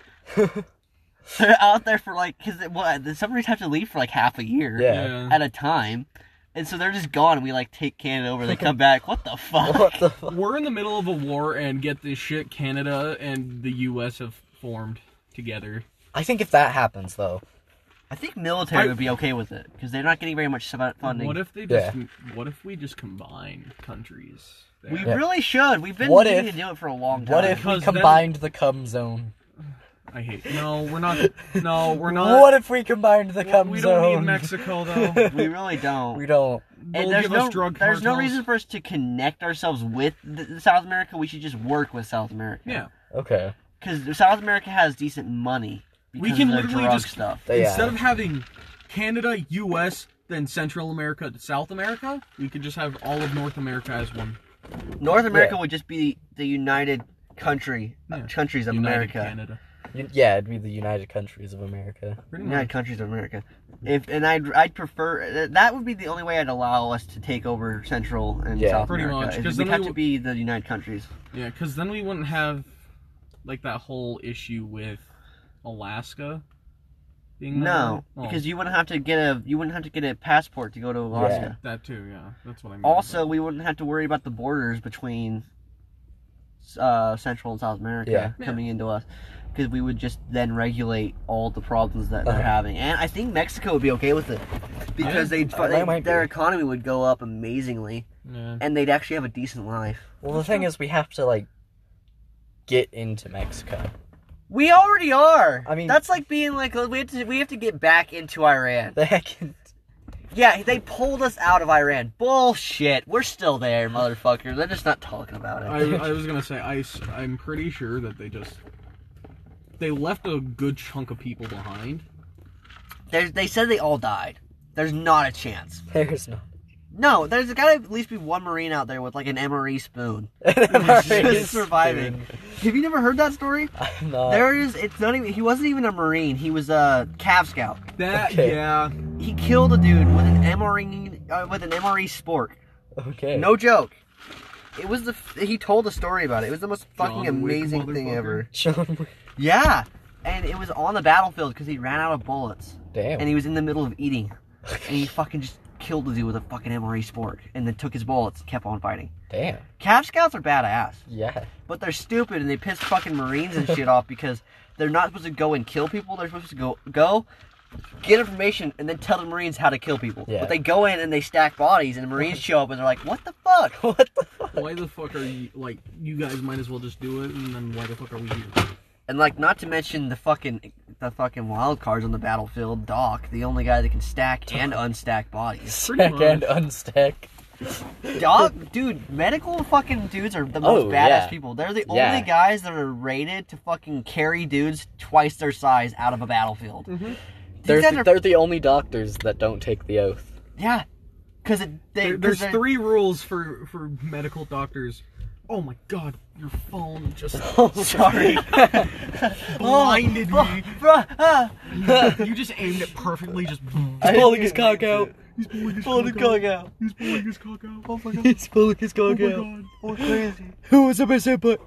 They're out there for like, cause it, what the submarines have to leave for like half a year
Yeah.
at a time, and so they're just gone. And we like take Canada over. They come back. What the fuck?
What the fuck?
We're in the middle of a war, and get this shit, Canada and the U.S. have formed together.
I think if that happens though,
I think military
I-
would be okay with it because they're not getting very much sub- funding.
What if they just? What if we just combine countries? there?
we
Yeah.
really should. We've been
What
needing
if-
to do it for a long time.
what if we
Because then-
combined the cum zone?
I hate. No, we're not. No, we're not.
what if we combined the cum
we
zone?
don't need Mexico though.
we really don't?
We don't.
And
They'll
there's
give
no,
us drug
there's no
cartels.
reason for us to connect ourselves with th South America. We should just work with South America.
Yeah.
Okay.
because South America has decent money.
We
Because
can
of their
literally
drug
just-
stuff.
They- yeah.
Instead of having Canada, U.S., then Central America to South America, we could just have all of North America as one.
North America would just be the United Country uh,
Yeah.
countries of
United
America.
Canada.
Y- Yeah, it'd be the United Countries of America.
Pretty much.
United Countries of America. If and I'd I'd prefer th- that would be the only way I'd allow us to take over Central and
Yeah.
South
Pretty
America.
much,
is
'cause
we'd
then
have
we Mm-hmm.
to be the United Countries.
Yeah, because then we wouldn't have like that whole issue with Alaska. Being
No,
there. Oh,
because you wouldn't have to get a you wouldn't have to get a passport to go to Alaska.
that too. Yeah, that's what I mean.
Also, we wouldn't have to worry about the borders between uh, Central and South America
Yeah.
coming into us. Because we would just then regulate all the problems that they're
Uh-huh.
having, and I think Mexico would be okay with it because
Yeah.
they'd,
Uh, they
they
might
their
be.
economy would go up amazingly,
Yeah.
and they'd actually have a decent life.
Well, the thing is, we have to like get into Mexico.
We already are.
I mean-
that's like being like oh, we have to we have to get back into Iran.
The heck? is-
Yeah, they pulled us out of Iran. Bullshit. We're still there, motherfucker. They're just not talking about it.
I, I was gonna say I am pretty sure that they just they left a good chunk of people behind.
There's, they said they all died. There's not a chance.
There's no.
No, there's gotta at least be one Marine out there with like an MRE spoon.
Just
Just surviving. Have you never heard that story?
I'm
Uh,
not.
There is. It's not even. He wasn't even a Marine. He was a Cav Scout.
That
Okay.
yeah.
He killed a dude with an MRE uh, with an MRE spork.
okay.
No joke. It was the. f- He told a story about it. It was the most fucking
John Wick,
amazing thing
motherfucker.
ever.
John. Wick.
Yeah, and it was on the battlefield because he ran out of bullets.
Damn.
and he was in the middle of eating, and he fucking just killed the dude with a fucking MRE spork, and then took his bullets and kept on fighting.
Damn.
Cav Scouts are badass,
Yeah.
but they're stupid and they piss fucking Marines and shit off because they're not supposed to go and kill people. They're supposed to go go get information and then tell the Marines how to kill people.
Yeah.
But they go in and they stack bodies, and the Marines show up and they're like, "What the fuck?
What the fuck?
Why the fuck are you like you guys might as well just do it and then why the fuck are we here?
And like, not to mention the fucking the fucking wild cards on the battlefield. Doc, the only guy that can stack and unstack bodies.
Stack
much.
and unstack.
Dog, dude, medical fucking dudes are the most
Oh,
badass
yeah.
people. They're the
Yeah.
only guys that are rated to fucking carry dudes twice their size out of a battlefield.
Mm-hmm.
These
They're,
guys
th-
are-
they're the only doctors that don't take the oath.
yeah, because it they,
There-
'cause
there's
they're-
three rules for for medical doctors. Oh my god, your phone just
Oh, Sorry,
blinded
Oh,
me.
bruh, ah.
you just aimed it perfectly. Just
He's pulling his cock out.
he's pulling his
Pulling his cock out.
He's pulling his cock out. Oh my god.
He's pulling his
Oh
cock
my
out.
god.
We're crazy.
Who was the best input?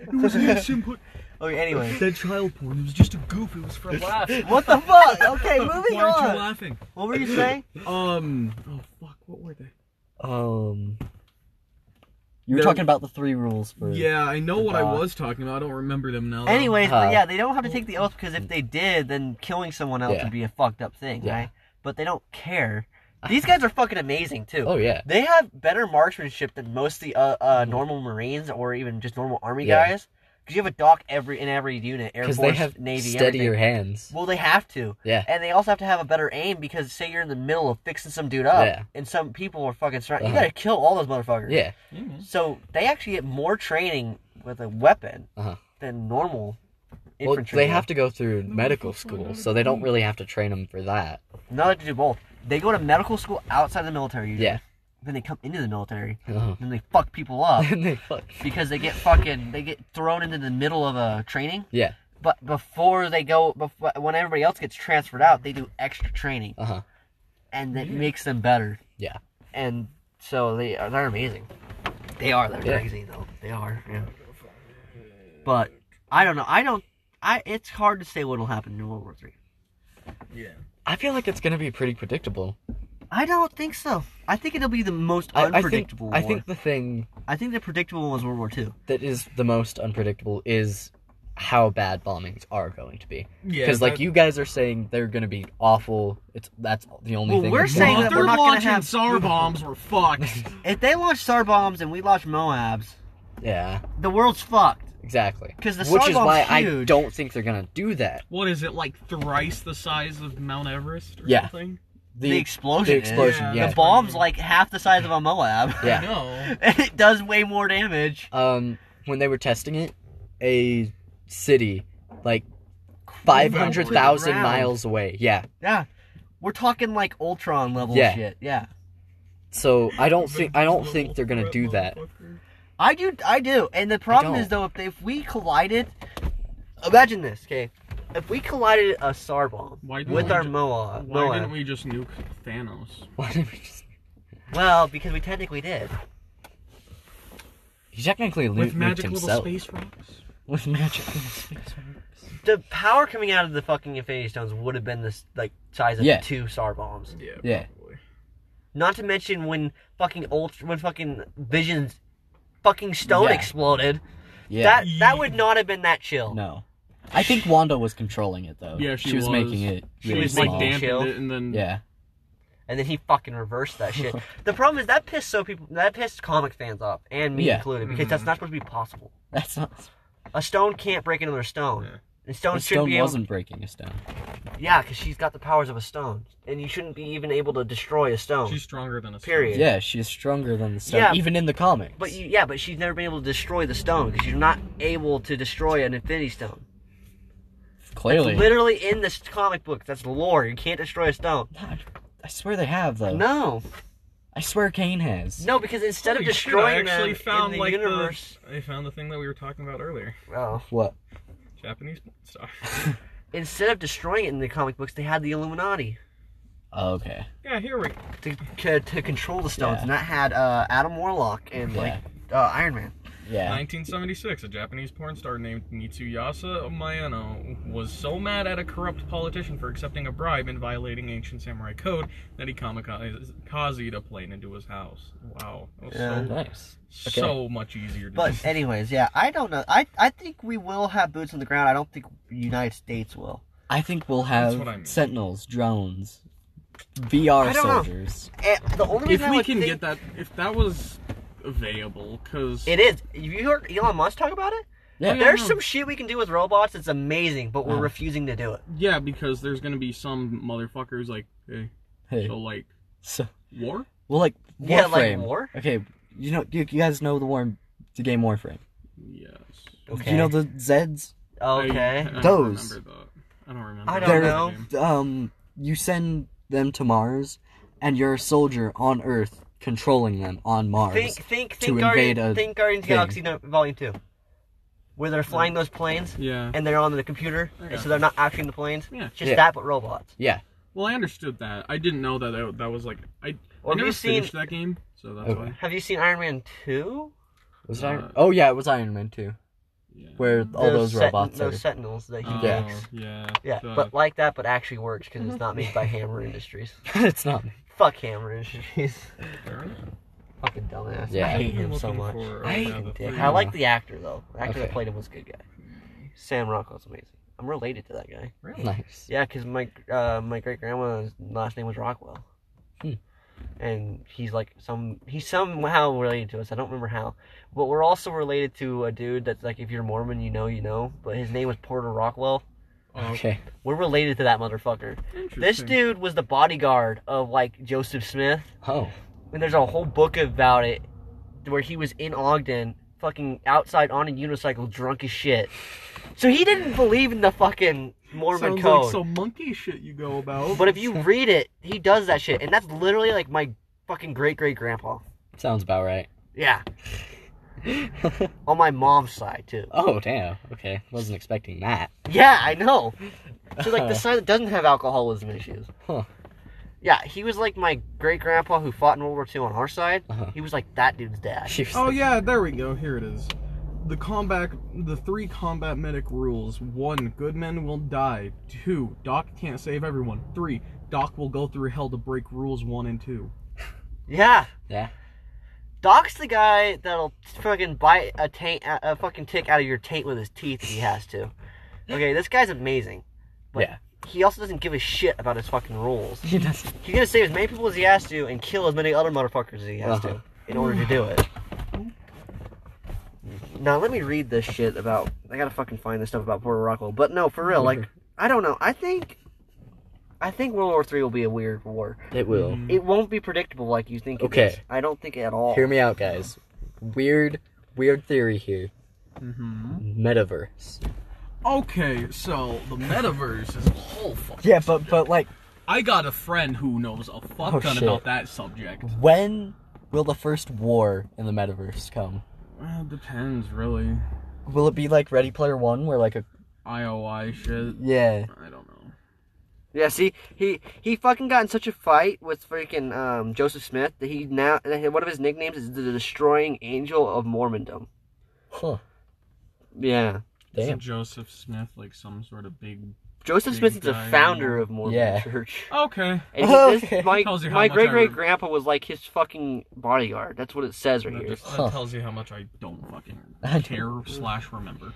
It was his input.
Okay, anyway,
That child porn. It was just a goof. It was for a laugh.
what the fuck? Okay, moving
Why aren't you
on.
laughing?
What were you saying?
Um. Oh fuck. What were they?
Um. You were
They're-
talking about the three rules for.
Yeah, I know what I
Doc.
was talking about. I don't remember them now. though.
Anyways, but
Huh.
yeah, they don't have to take the oath because if they did, then killing someone else
mm. Yeah.
would be a fucked up thing,
Yeah.
right? But they don't care. These guys are fucking amazing too.
Oh yeah. Mm-hmm.
They have better marksmanship than most of the uh, uh, normal Marines or even just normal Army
Yeah.
guys. Because you have a doc every in every unit, Air
Because
Force,
they have
Navy,
steadier
everything.
hands.
Well, they have to,
Yeah.
and they also have to have a better aim because say you're in the middle of fixing some dude up,
Yeah.
and some people are fucking surrounded. You
Uh-huh.
gotta kill all those motherfuckers.
Yeah.
So they actually get more training with a weapon
Uh-huh.
than normal
Well,
infantry.
they
would.
have to go through medical school, so they don't really have to train them for that.
No, they have to do both. They go to medical school outside the military. Usually.
Yeah.
Then they come into the military.
Uh-huh.
Then they fuck people up
and they fuck.
because they get fucking they get thrown into the middle of a training.
Yeah.
But before they go, before, when everybody else gets transferred out, they do extra training,
Uh huh.
and it makes them better.
Yeah.
And so they are they're amazing. They are they're
Yeah.
crazy though. They are. Yeah. But I don't know. I don't. I it's hard to say what'll happen in World War Three.
I feel like it's gonna be pretty predictable.
I don't think so. I think it'll be the most
I, I think.
unpredictable
I
war.
think the thing
I think the predictable one was World War Two.
that is the most unpredictable is how bad bombings are going to be.
Yeah.
Because like
that-
you guys are saying they're gonna be awful. It's that's the only
Well,
thing.
we're
that's
saying
wrong.
Well,
that we're
if they're
not gonna
launching
have-
SAR bombs, we're fucked.
If they launch SAR bombs and we launch Moabs,
Yeah.
the world's fucked.
Exactly.
'Cause the
which
Sar
is
bomb's
why I
huge.
don't think they're gonna do that.
what is it like? Thrice the size of Mount Everest or
Yeah.
something?
The, explosion.
the
is-
explosion,
yeah.
The bomb's like half the size of a Moab.
Yeah.
No.
and it does way more damage.
um when they were testing it, a city like five hundred thousand
Ground.
miles away. Yeah.
Yeah. We're talking like Ultron level
Yeah.
shit. Yeah.
So I don't think I don't think they're gonna do that.
I do I do. And the problem
don't.
is though if they, if we collided imagine this, okay? If we collided a SAR bomb
Why didn't
with
we
our
ju-
Moab,
Why
Moab
didn't we just nuke Thanos?
Why did we just?
Well, because we technically did.
He technically
With
loot nuked
magic little
himself.
space rocks?
With magic little space. rocks.
The power coming out of the fucking Infinity Stones would have been this like size of
Yeah.
two SAR bombs.
Yeah.
probably.
Not to mention when fucking Ultra, when fucking Vision's fucking stone
Yeah.
exploded.
Yeah.
That that would not have been that chill.
no. I think Wanda was controlling it though.
Yeah, she
was,
was.
making it
She
really
was like
small.
dampened
Chill.
it and then
yeah.
And then he fucking reversed that shit. the problem is that pissed so people that pissed comic fans off and me
Yeah.
included
Mm-hmm.
because that's not supposed to be possible.
That's not.
A stone can't break another stone.
Yeah.
And stone
the
should
stone
be
wasn't breaking a stone.
able, yeah, because she's got the powers of a stone, and you shouldn't be even able to destroy a stone.
she's stronger than us.
Period.
Yeah, she's stronger than the stone,
Yeah,
even in the comics.
But you, yeah, but she's never been able to destroy the stone because you're not able to destroy an Infinity Stone.
clearly,
Literally in this comic book, that's lore. You can't destroy a stone.
God, I swear they have though.
No,
I swear Kane has.
no, because instead
Holy
of
shit, I
destroying
actually
them
found
in the
like
universe,
the I found the thing that we were talking about earlier.
oh,
What?
Japanese porn star.
instead of destroying it in the comic books, they had the Illuminati
Oh, okay.
yeah, here we.
to c- to control the stones,
Yeah.
and that had uh, Adam Warlock and
Yeah.
like uh, Iron Man.
Yeah.
1976, a Japanese porn star named Mitsuyasa Mayano was so mad at a corrupt politician for accepting a bribe and violating ancient samurai code that he kamikazed a plane into his house. Wow. That was
Yeah.
so,
Nice. Okay.
so much easier to
But
do.
anyways, yeah, I don't know. I I think we will have boots on the ground. I don't think the United States will.
I think we'll
That's what I mean.
have sentinels, drones, VR
I don't know.
soldiers.
Eh, the only reason
If
I
we
would
can
think-
get that, if that was available, because
It is. Have you heard Elon Musk talk about it?
Yeah.
There's some shit we can do with robots that's amazing, but we're
Uh-huh.
refusing to do it.
yeah, because there's gonna be some motherfuckers eh, like, hey,
Hey,
so like
so
war.
Well, like Warframe.
Yeah, like war?
Okay, you know, you, you guys know the war, the game Warframe.
Yes.
Okay.
You know the Zeds.
okay.
I, uh, I don't
Those.
remember that. I don't remember.
I don't
that
know.
name.
Um, you send them to Mars, and you're a soldier on Earth controlling them on Mars.
Think, think,
to
think, Guardian,
invade a
think Guardians of the
thing.
Galaxy no, Volume Two, where they're flying those planes
Yeah.
and they're on the computer, and so they're not actually in the planes.
Yeah.
Just
Yeah.
that, but robots.
Well, I understood that. I didn't know that that, that was like I.
Or
I
have
never
you seen?
finished that game, so that's
Okay.
why.
Have you seen Iron Man Two?
Was it
Uh,
Iron? Oh yeah, it was Iron Man two,
Yeah.
where all those,
Sentin-
robots are.
those Sentinels that he
Oh,
makes.
yeah.
Yeah,
the-
but like that, but actually works because it's not made by Hammer Industries.
it's not.
Fuck Hammer Industries.
fair enough.
Fucking dumbass.
Yeah.
I hate
I'm
him so
looking
much.
for,
I
uh,
hate
the
him,
three-
Dick. I like the actor though. The actor that
Okay.
played him was a good guy. Sam Rockwell's amazing. I'm related to that guy.
Nice.
Yeah, because my uh, my great grandma's last name was Rockwell,
Hmm.
and he's like some he's somehow related to us. I don't remember how, but we're also related to a dude that's like if you're Mormon, you know, you know. But his name was Porter Rockwell.
Oh,
Okay.
We're related to that motherfucker.
interesting.
This dude was the bodyguard of like Joseph Smith,
Oh.
and there's a whole book about it where he was in Ogden, fucking outside on a unicycle, drunk as shit. So he didn't believe in the fucking Mormon
Sounds
code.
like some monkey shit you go about.
But if you read it, he does that shit, and that's literally like my fucking great great grandpa.
Sounds about right.
Yeah, on my mom's side too.
oh damn. Okay. Wasn't expecting that.
Yeah, I know. So like the side that doesn't have alcoholism issues.
Huh.
Yeah, he was like my great grandpa who fought in World War II on our side.
Uh-huh.
He was like that dude's dad.
She was
Oh
like,
yeah, there we go. Here it is. The combat, the three combat medic rules: one, good men will die; two, Doc can't save everyone; three, Doc will go through hell to break rules one and two.
Yeah.
Yeah.
Doc's the guy that'll fucking bite a taint, a fucking tick out of your taint with his teeth if he has to. Okay, this guy's amazing. But
Yeah.
He also doesn't give a shit about his fucking rules.
He doesn't.
He's gonna save as many people as he has to and kill as many other motherfuckers as he has
Uh-huh.
to in order to do it. Now let me read this shit about. I gotta fucking find this stuff about Puerto Rockwell. But no, for real, like I don't know. I think, I think World War Three will be a weird war.
It will.
It won't be predictable like you think. it
Mm-hmm. Okay.
is. I don't think at all.
Hear me out, guys. Weird, weird theory here.
Mm-hmm.
Metaverse.
Okay, so the metaverse is a whole fuck.
Yeah, but but like,
I got a friend who knows a fuck
Oh,
ton
shit.
about that subject.
when will the first war in the metaverse come?
Well, depends, really.
Will it be like Ready Player One, where like a
IOI shit.
yeah,
I don't know.
Yeah, see, he he fucking got in such a fight with freaking um, Joseph Smith that he now that he- one of his nicknames is the Destroying Angel of Mormondom.
huh?
Yeah,
Damn.
Isn't Joseph Smith like some sort of big?
Joseph
Big
Smith is the
guy.
founder of Mormon
Yeah.
Church.
Okay.
And he, this-
Okay.
my
Tells you how
my
much I
great great
rem-
grandpa was like his fucking bodyguard. That's what it says right
That,
here.
just,
Huh.
that tells you how much I don't
I
fucking
don't-
care slash remember.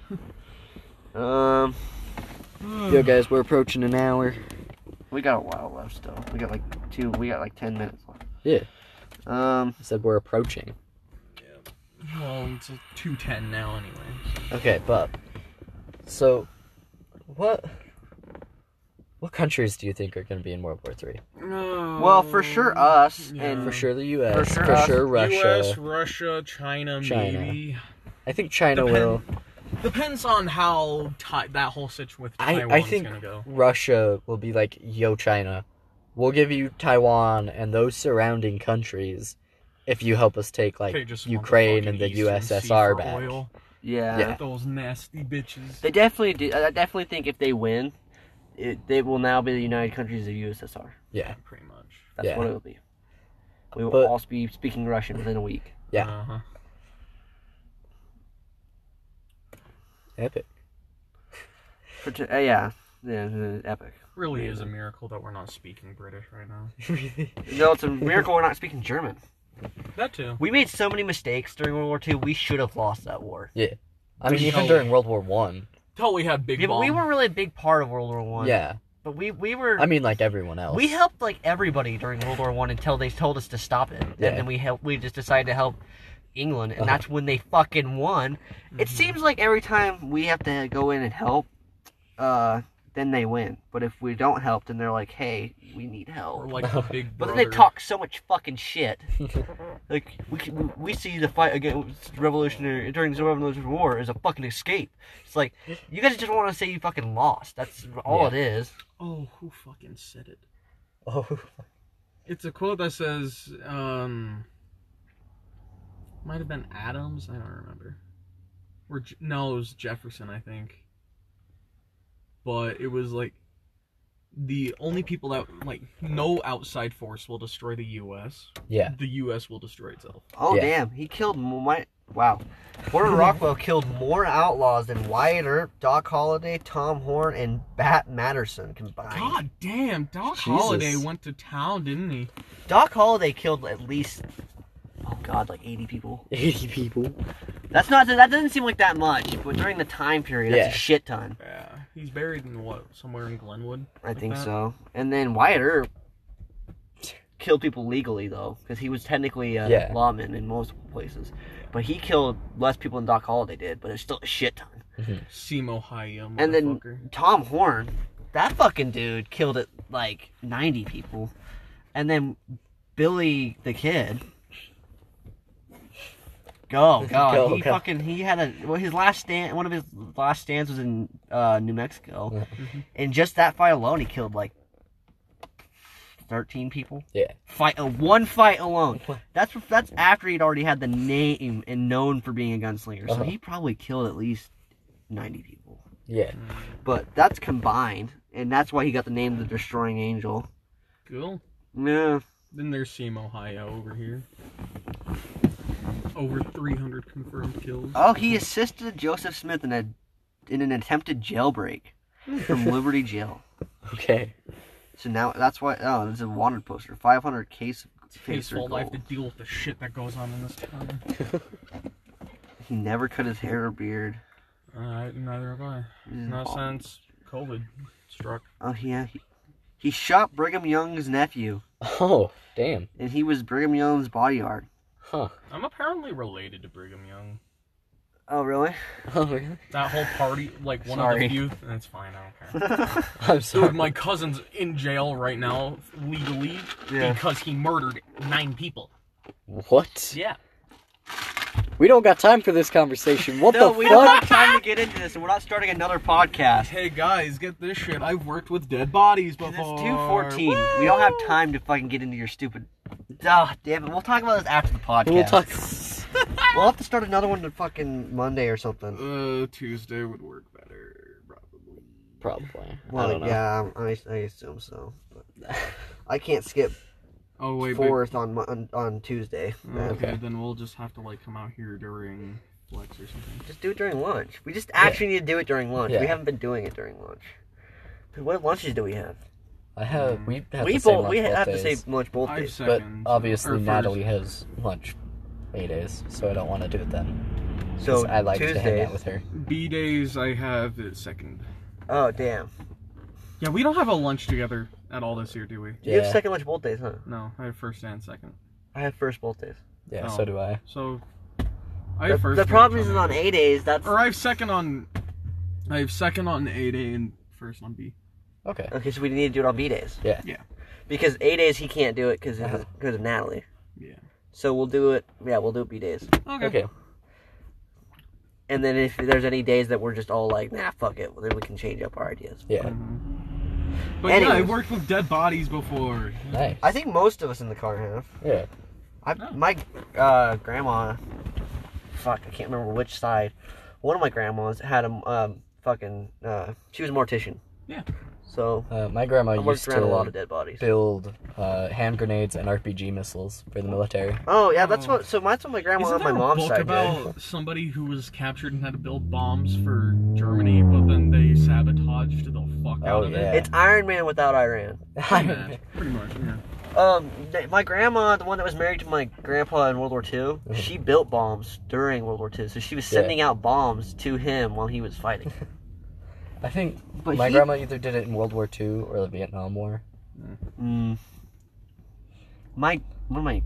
Um,
Yo, guys, we're approaching an hour.
we got a while left still. We got like two. We got like ten minutes left.
Yeah.
Um.
I said we're approaching.
Well, it's a 210 now anyway.
Okay, but so what? What countries do you think are going to be in World War Three?
Well, for sure
uh,
us
Um, Yeah.
and
For sure, the U.S.
For
For
sure
sure,
Uh,
us,
Russia.
US, Russia, China,
China.
maybe.
I think China
Depend-
will.
Depends on how ti that whole situation with
I,
Taiwan's
I think
gonna go.
Russia will be like, yo, China, we'll give you Taiwan and those surrounding countries if you help us take like
They just want
Ukraine
fucking
and the
Eastern Sea
USSR
for
back.
oil.
yeah.
Yeah.
Those nasty bitches.
They definitely do. I definitely think if they win, it, they will now be the United Countries of USSR.
Yeah,
Pretty much.
That's
Yeah.
what it will be. We will
But-
all be speaking Russian within a week.
Yeah.
Uh-huh.
epic.
For t- uh, yeah. Yeah, uh, epic.
Really is a miracle that we're not speaking British right now.
Really?
No, it's a miracle we're not speaking German.
That too.
We made so many mistakes during World War II. We should have lost that war.
I mean, even
No.
during World War One.
Totally had big
Yeah, but
bomb.
we were really a big part of World War One.
Yeah,
but we we were.
I mean, like everyone else.
we helped like everybody during World War One until they told us to stop it,
Yeah.
and then we help. We just decided to help England, and
Uh-huh.
that's when they fucking won.
Mm-hmm. It seems like every time we have to go in and help, uh,
then they win. But if we don't help, then they're like, hey, we need help.
Or like the big
But
brother.
then they talk so much fucking shit. like we, c- we we see the fight against revolutionary during the Revolutionary War as a fucking escape. It's like you guys just want to say you fucking lost. That's all
Yeah.
it is.
Oh, who fucking said it?
Oh,
It's a quote that says, um, might have been Adams. I don't remember. Or J- no, it was Jefferson, I think. But it was like the only people that like no outside force will destroy the U.S.
yeah.
The U.S. will destroy itself.
Oh
Yeah.
damn, he killed m- my wow.
Porter Rockwell killed more outlaws than Wyatt Earp, Doc Holliday, Tom Horn, and Bat Matterson combined.
God damn, Doc
Jesus.
Holliday went to town, didn't he?
Doc Holliday killed at least oh god, like eighty people.
80 people.
That's not that doesn't seem like that much, but during the time period, that's
Yeah.
a shit ton.
Yeah, he's buried in what? Somewhere in Glenwood.
I think
that?
so. And then Wyatt Earp killed people legally though, because he was technically a
Yeah.
lawman in most places. But he killed less people than Doc Holliday did, but it's still a shit ton.
Semo Hayam.
And then- Tom Horn, that fucking dude killed at like ninety people, and then Billy the Kid. Go, go.
Go,
he
go.
fucking he had a well his last stand one of his last stands was in uh, New Mexico. And just that fight alone he killed like thirteen people.
Yeah.
Fight uh, one fight alone. That's that's after he'd already had the name and known for being a gunslinger. So
Uh-huh.
he probably killed at least ninety people
Yeah.
Mm,
but that's combined, and that's why he got the name the Destroying Angel.
cool.
Yeah,
Then there's Seam, Ohio over here. Over 300 confirmed kills.
Oh, he assisted Joseph Smith in a in an attempted jailbreak from Liberty Jail.
Okay.
So now that's why. Oh, there's a wanted poster. 500 case.
His
Facer
whole life to
gold.
deal with the shit that goes on in this town.
He never cut his hair or beard.
Uh, neither have I.
Mm.
Not since COVID struck.
Oh yeah, he, he shot Brigham Young's nephew,
Oh, damn.
and he was Brigham Young's bodyguard.
Huh.
I'm apparently related to Brigham Young.
Oh really?
Oh, really?
That whole party, like one
Sorry.
of the few. That's fine, I don't care.
I'm
Dude,
sorry.
my cousin's in jail right now, legally,
Yeah.
because he murdered nine people.
What?
Yeah.
We don't got time for this conversation. What
No,
the
we don't
fuck?
have time to get into this, and we're not starting another podcast.
Hey guys, get this shit. I've worked with dead bodies before.
It's 214. We don't have time to fucking get into your stupid. Ah, damn it. We'll talk about this after the podcast.
We'll talk.
We'll have to start another one to fucking Monday or something.
Uh, Tuesday would work better, probably.
Probably. I
Well,
don't know.
yeah, I, I assume so. But I can't skip
Oh wait, but-
fourth on, Mon- on on Tuesday.
okay,
Okay.
Then we'll just have to like come out here during flex or something.
Just do it during lunch. We just actually need to do it during lunch.
Yeah.
We haven't been doing it during lunch. Dude, what lunches do we have?
I have. We have
we
the same
both, we
lunch both
have to
days,
save lunch both
Five
days.
But
seconds. or
obviously,
first.
Natalie has lunch maydays, so I don't want to do it then.
So
'cause I like
Tuesdays.
to hang out with her.
B days I have it second.
Oh damn!
Yeah, we don't have a lunch together at all this year, do we?
You have
Yeah.
second lunch both days, huh?
No, I have first and second.
I have first both days.
Yeah,
Oh.
so do I.
So
The,
I have first.
the
and
problem is
second.
on A days. That's
Or I have second on. I have second on A day and first on B.
Okay.
Okay, so we need to do it on B days.
Yeah.
Yeah.
Because A days he can't do it because of,
Uh-huh.
'cause of Natalie.
Yeah.
So we'll do it. Yeah, we'll do it B days.
Okay.
Okay.
And then if there's any days that we're just all like, nah, fuck it, well, then we can change up our ideas.
Um,
Yeah.
Mm-hmm. But yeah, I
Anyways.
worked with dead bodies before.
Nice.
I think most of us in the car have.
Yeah.
I
Oh.
my uh, grandma. Fuck, I can't remember which side. One of my grandmas had a um, fucking. Uh, she was a mortician.
Yeah.
So
Uh, my grandma
I
used
worked
to
around a lot of dead bodies.
build uh, hand grenades and RPG missiles for the military.
Oh yeah, that's
Oh.
what. So that's what my grandma
Isn't
on my
there a
mom's
book
side
about
did.
somebody who was captured and had to build bombs for Germany, but then they sabotaged the fuck out
Oh,
of
yeah.
it?
It's Iron Man without Iran.
Yeah, pretty much. Yeah.
Um, th- my grandma, the one that was married to my grandpa in World War II,
Mm-hmm.
she built bombs during World War II. So she was
Yeah.
sending out bombs to him while he was fighting.
I think
But
my
he-
grandma either did it in World War II or the Vietnam War.
Mm. My one of my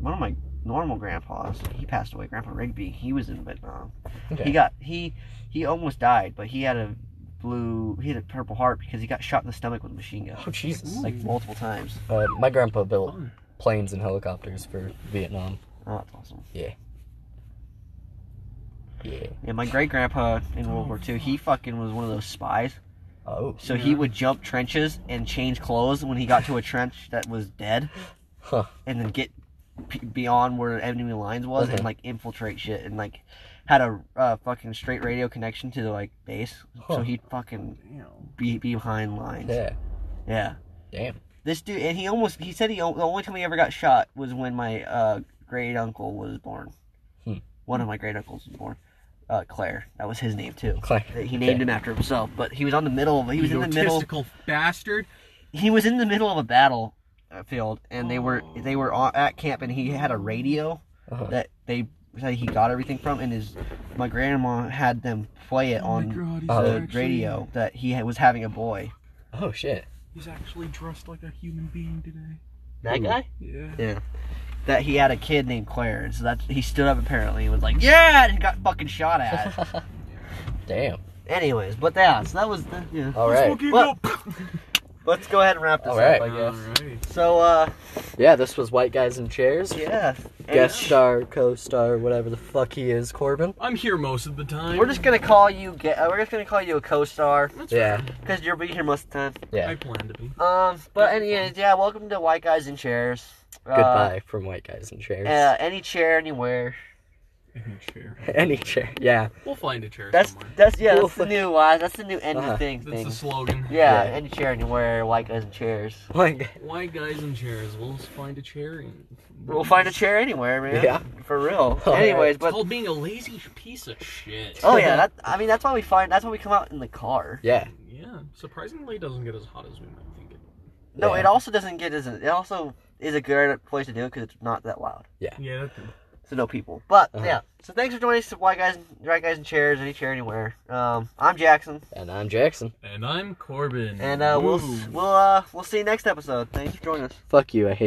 one of my normal grandpas, he passed away. Grandpa Rigby, he was in Vietnam.
Okay.
He got he he almost died, but he had a blue. He had a purple heart because he got shot in the stomach with a machine gun
Oh Jesus!
like multiple times.
Uh, my grandpa built planes and helicopters for Vietnam.
Oh, that's awesome.
Yeah.
Yeah, my great grandpa in World War II, he fucking was one of those spies.
Oh.
So he would jump trenches and change clothes when he got to a trench that was dead,
Huh.
and then get p- beyond where enemy lines was and
Okay.
like infiltrate shit and like had a uh, fucking straight radio connection to the like base. So
Huh.
he'd fucking
You know,
be behind lines.
Yeah.
Yeah.
Damn.
This dude, and he almost, he said he, o- the only time he ever got shot was when my uh, great uncle was born.
Hmm.
One of my great uncles was born. Uh, Claire. That was his name too.
Claire.
He named him after himself, but he was on the middle of, he was
you
in the middle,
egotistical bastard.
he was in the middle of a battle uh, field and they were,
Oh.
they were on, at camp and he had a radio
Uh-huh.
that they, that he got everything from and his, my grandma had them play it
oh my
on uh,
god, he's,
Oh.
the
actually,
radio that he had- was having a boy.
Oh shit.
he's actually dressed like a human being today.
That guy?
Yeah.
Yeah. That he had a kid named Claire, and so that's he stood up apparently and was like, "Yeah," and got fucking shot at.
Damn.
Anyways, but yeah, so that was the, yeah.
All right.
Smoking
Well-
up.
Let's go ahead and wrap this
All
up,
right.
I guess.
Alright.
So, uh,
Yeah, this was White Guys in Chairs.
yeah,
Guest star, co-star, whatever the fuck he is, Corbin.
I'm here most of the time.
we're just gonna call you. Ge- uh, we're just gonna call you a co-star
That's
Yeah.
because you're be here most of the
Yeah.
I plan to be.
time. Um, but anyways, yeah, welcome to White Guys in Chairs. Uh,
Goodbye from White Guys in Chairs.
Uh, any chair, anywhere.
In a chair.
Any chair. Yeah.
We'll find a chair
That's
somewhere.
that's yeah.
Cool.
That's the new uh, That's the new end
Uh-huh.
of things
That's
thing.
the slogan.
yeah,
Yeah.
any chair, anywhere. White guys in chairs.
Like.
Why guys in chairs? We'll find a chair. And... Mm.
We'll find a chair anywhere, man.
Yeah.
for real.
All
Anyways,
It's
but
called being a lazy piece of shit.
oh yeah, that, I mean that's why we find that's why we come out in the car.
Yeah.
Yeah, surprisingly, it doesn't get as hot as we might think it.
No,
Yeah.
it also doesn't get as it also is a good place to do it because it's not that loud,
Yeah, that
so no people. But
Uh-huh.
yeah, so thanks for joining us, at white guys, right guys in chairs, any chair anywhere. Um, I'm Jackson,
And I'm Jackson.
And I'm Corbin.
and uh, we'll s-
Woo.
we'll uh, we'll see you next episode. Thanks for joining us.
Fuck you. I hate.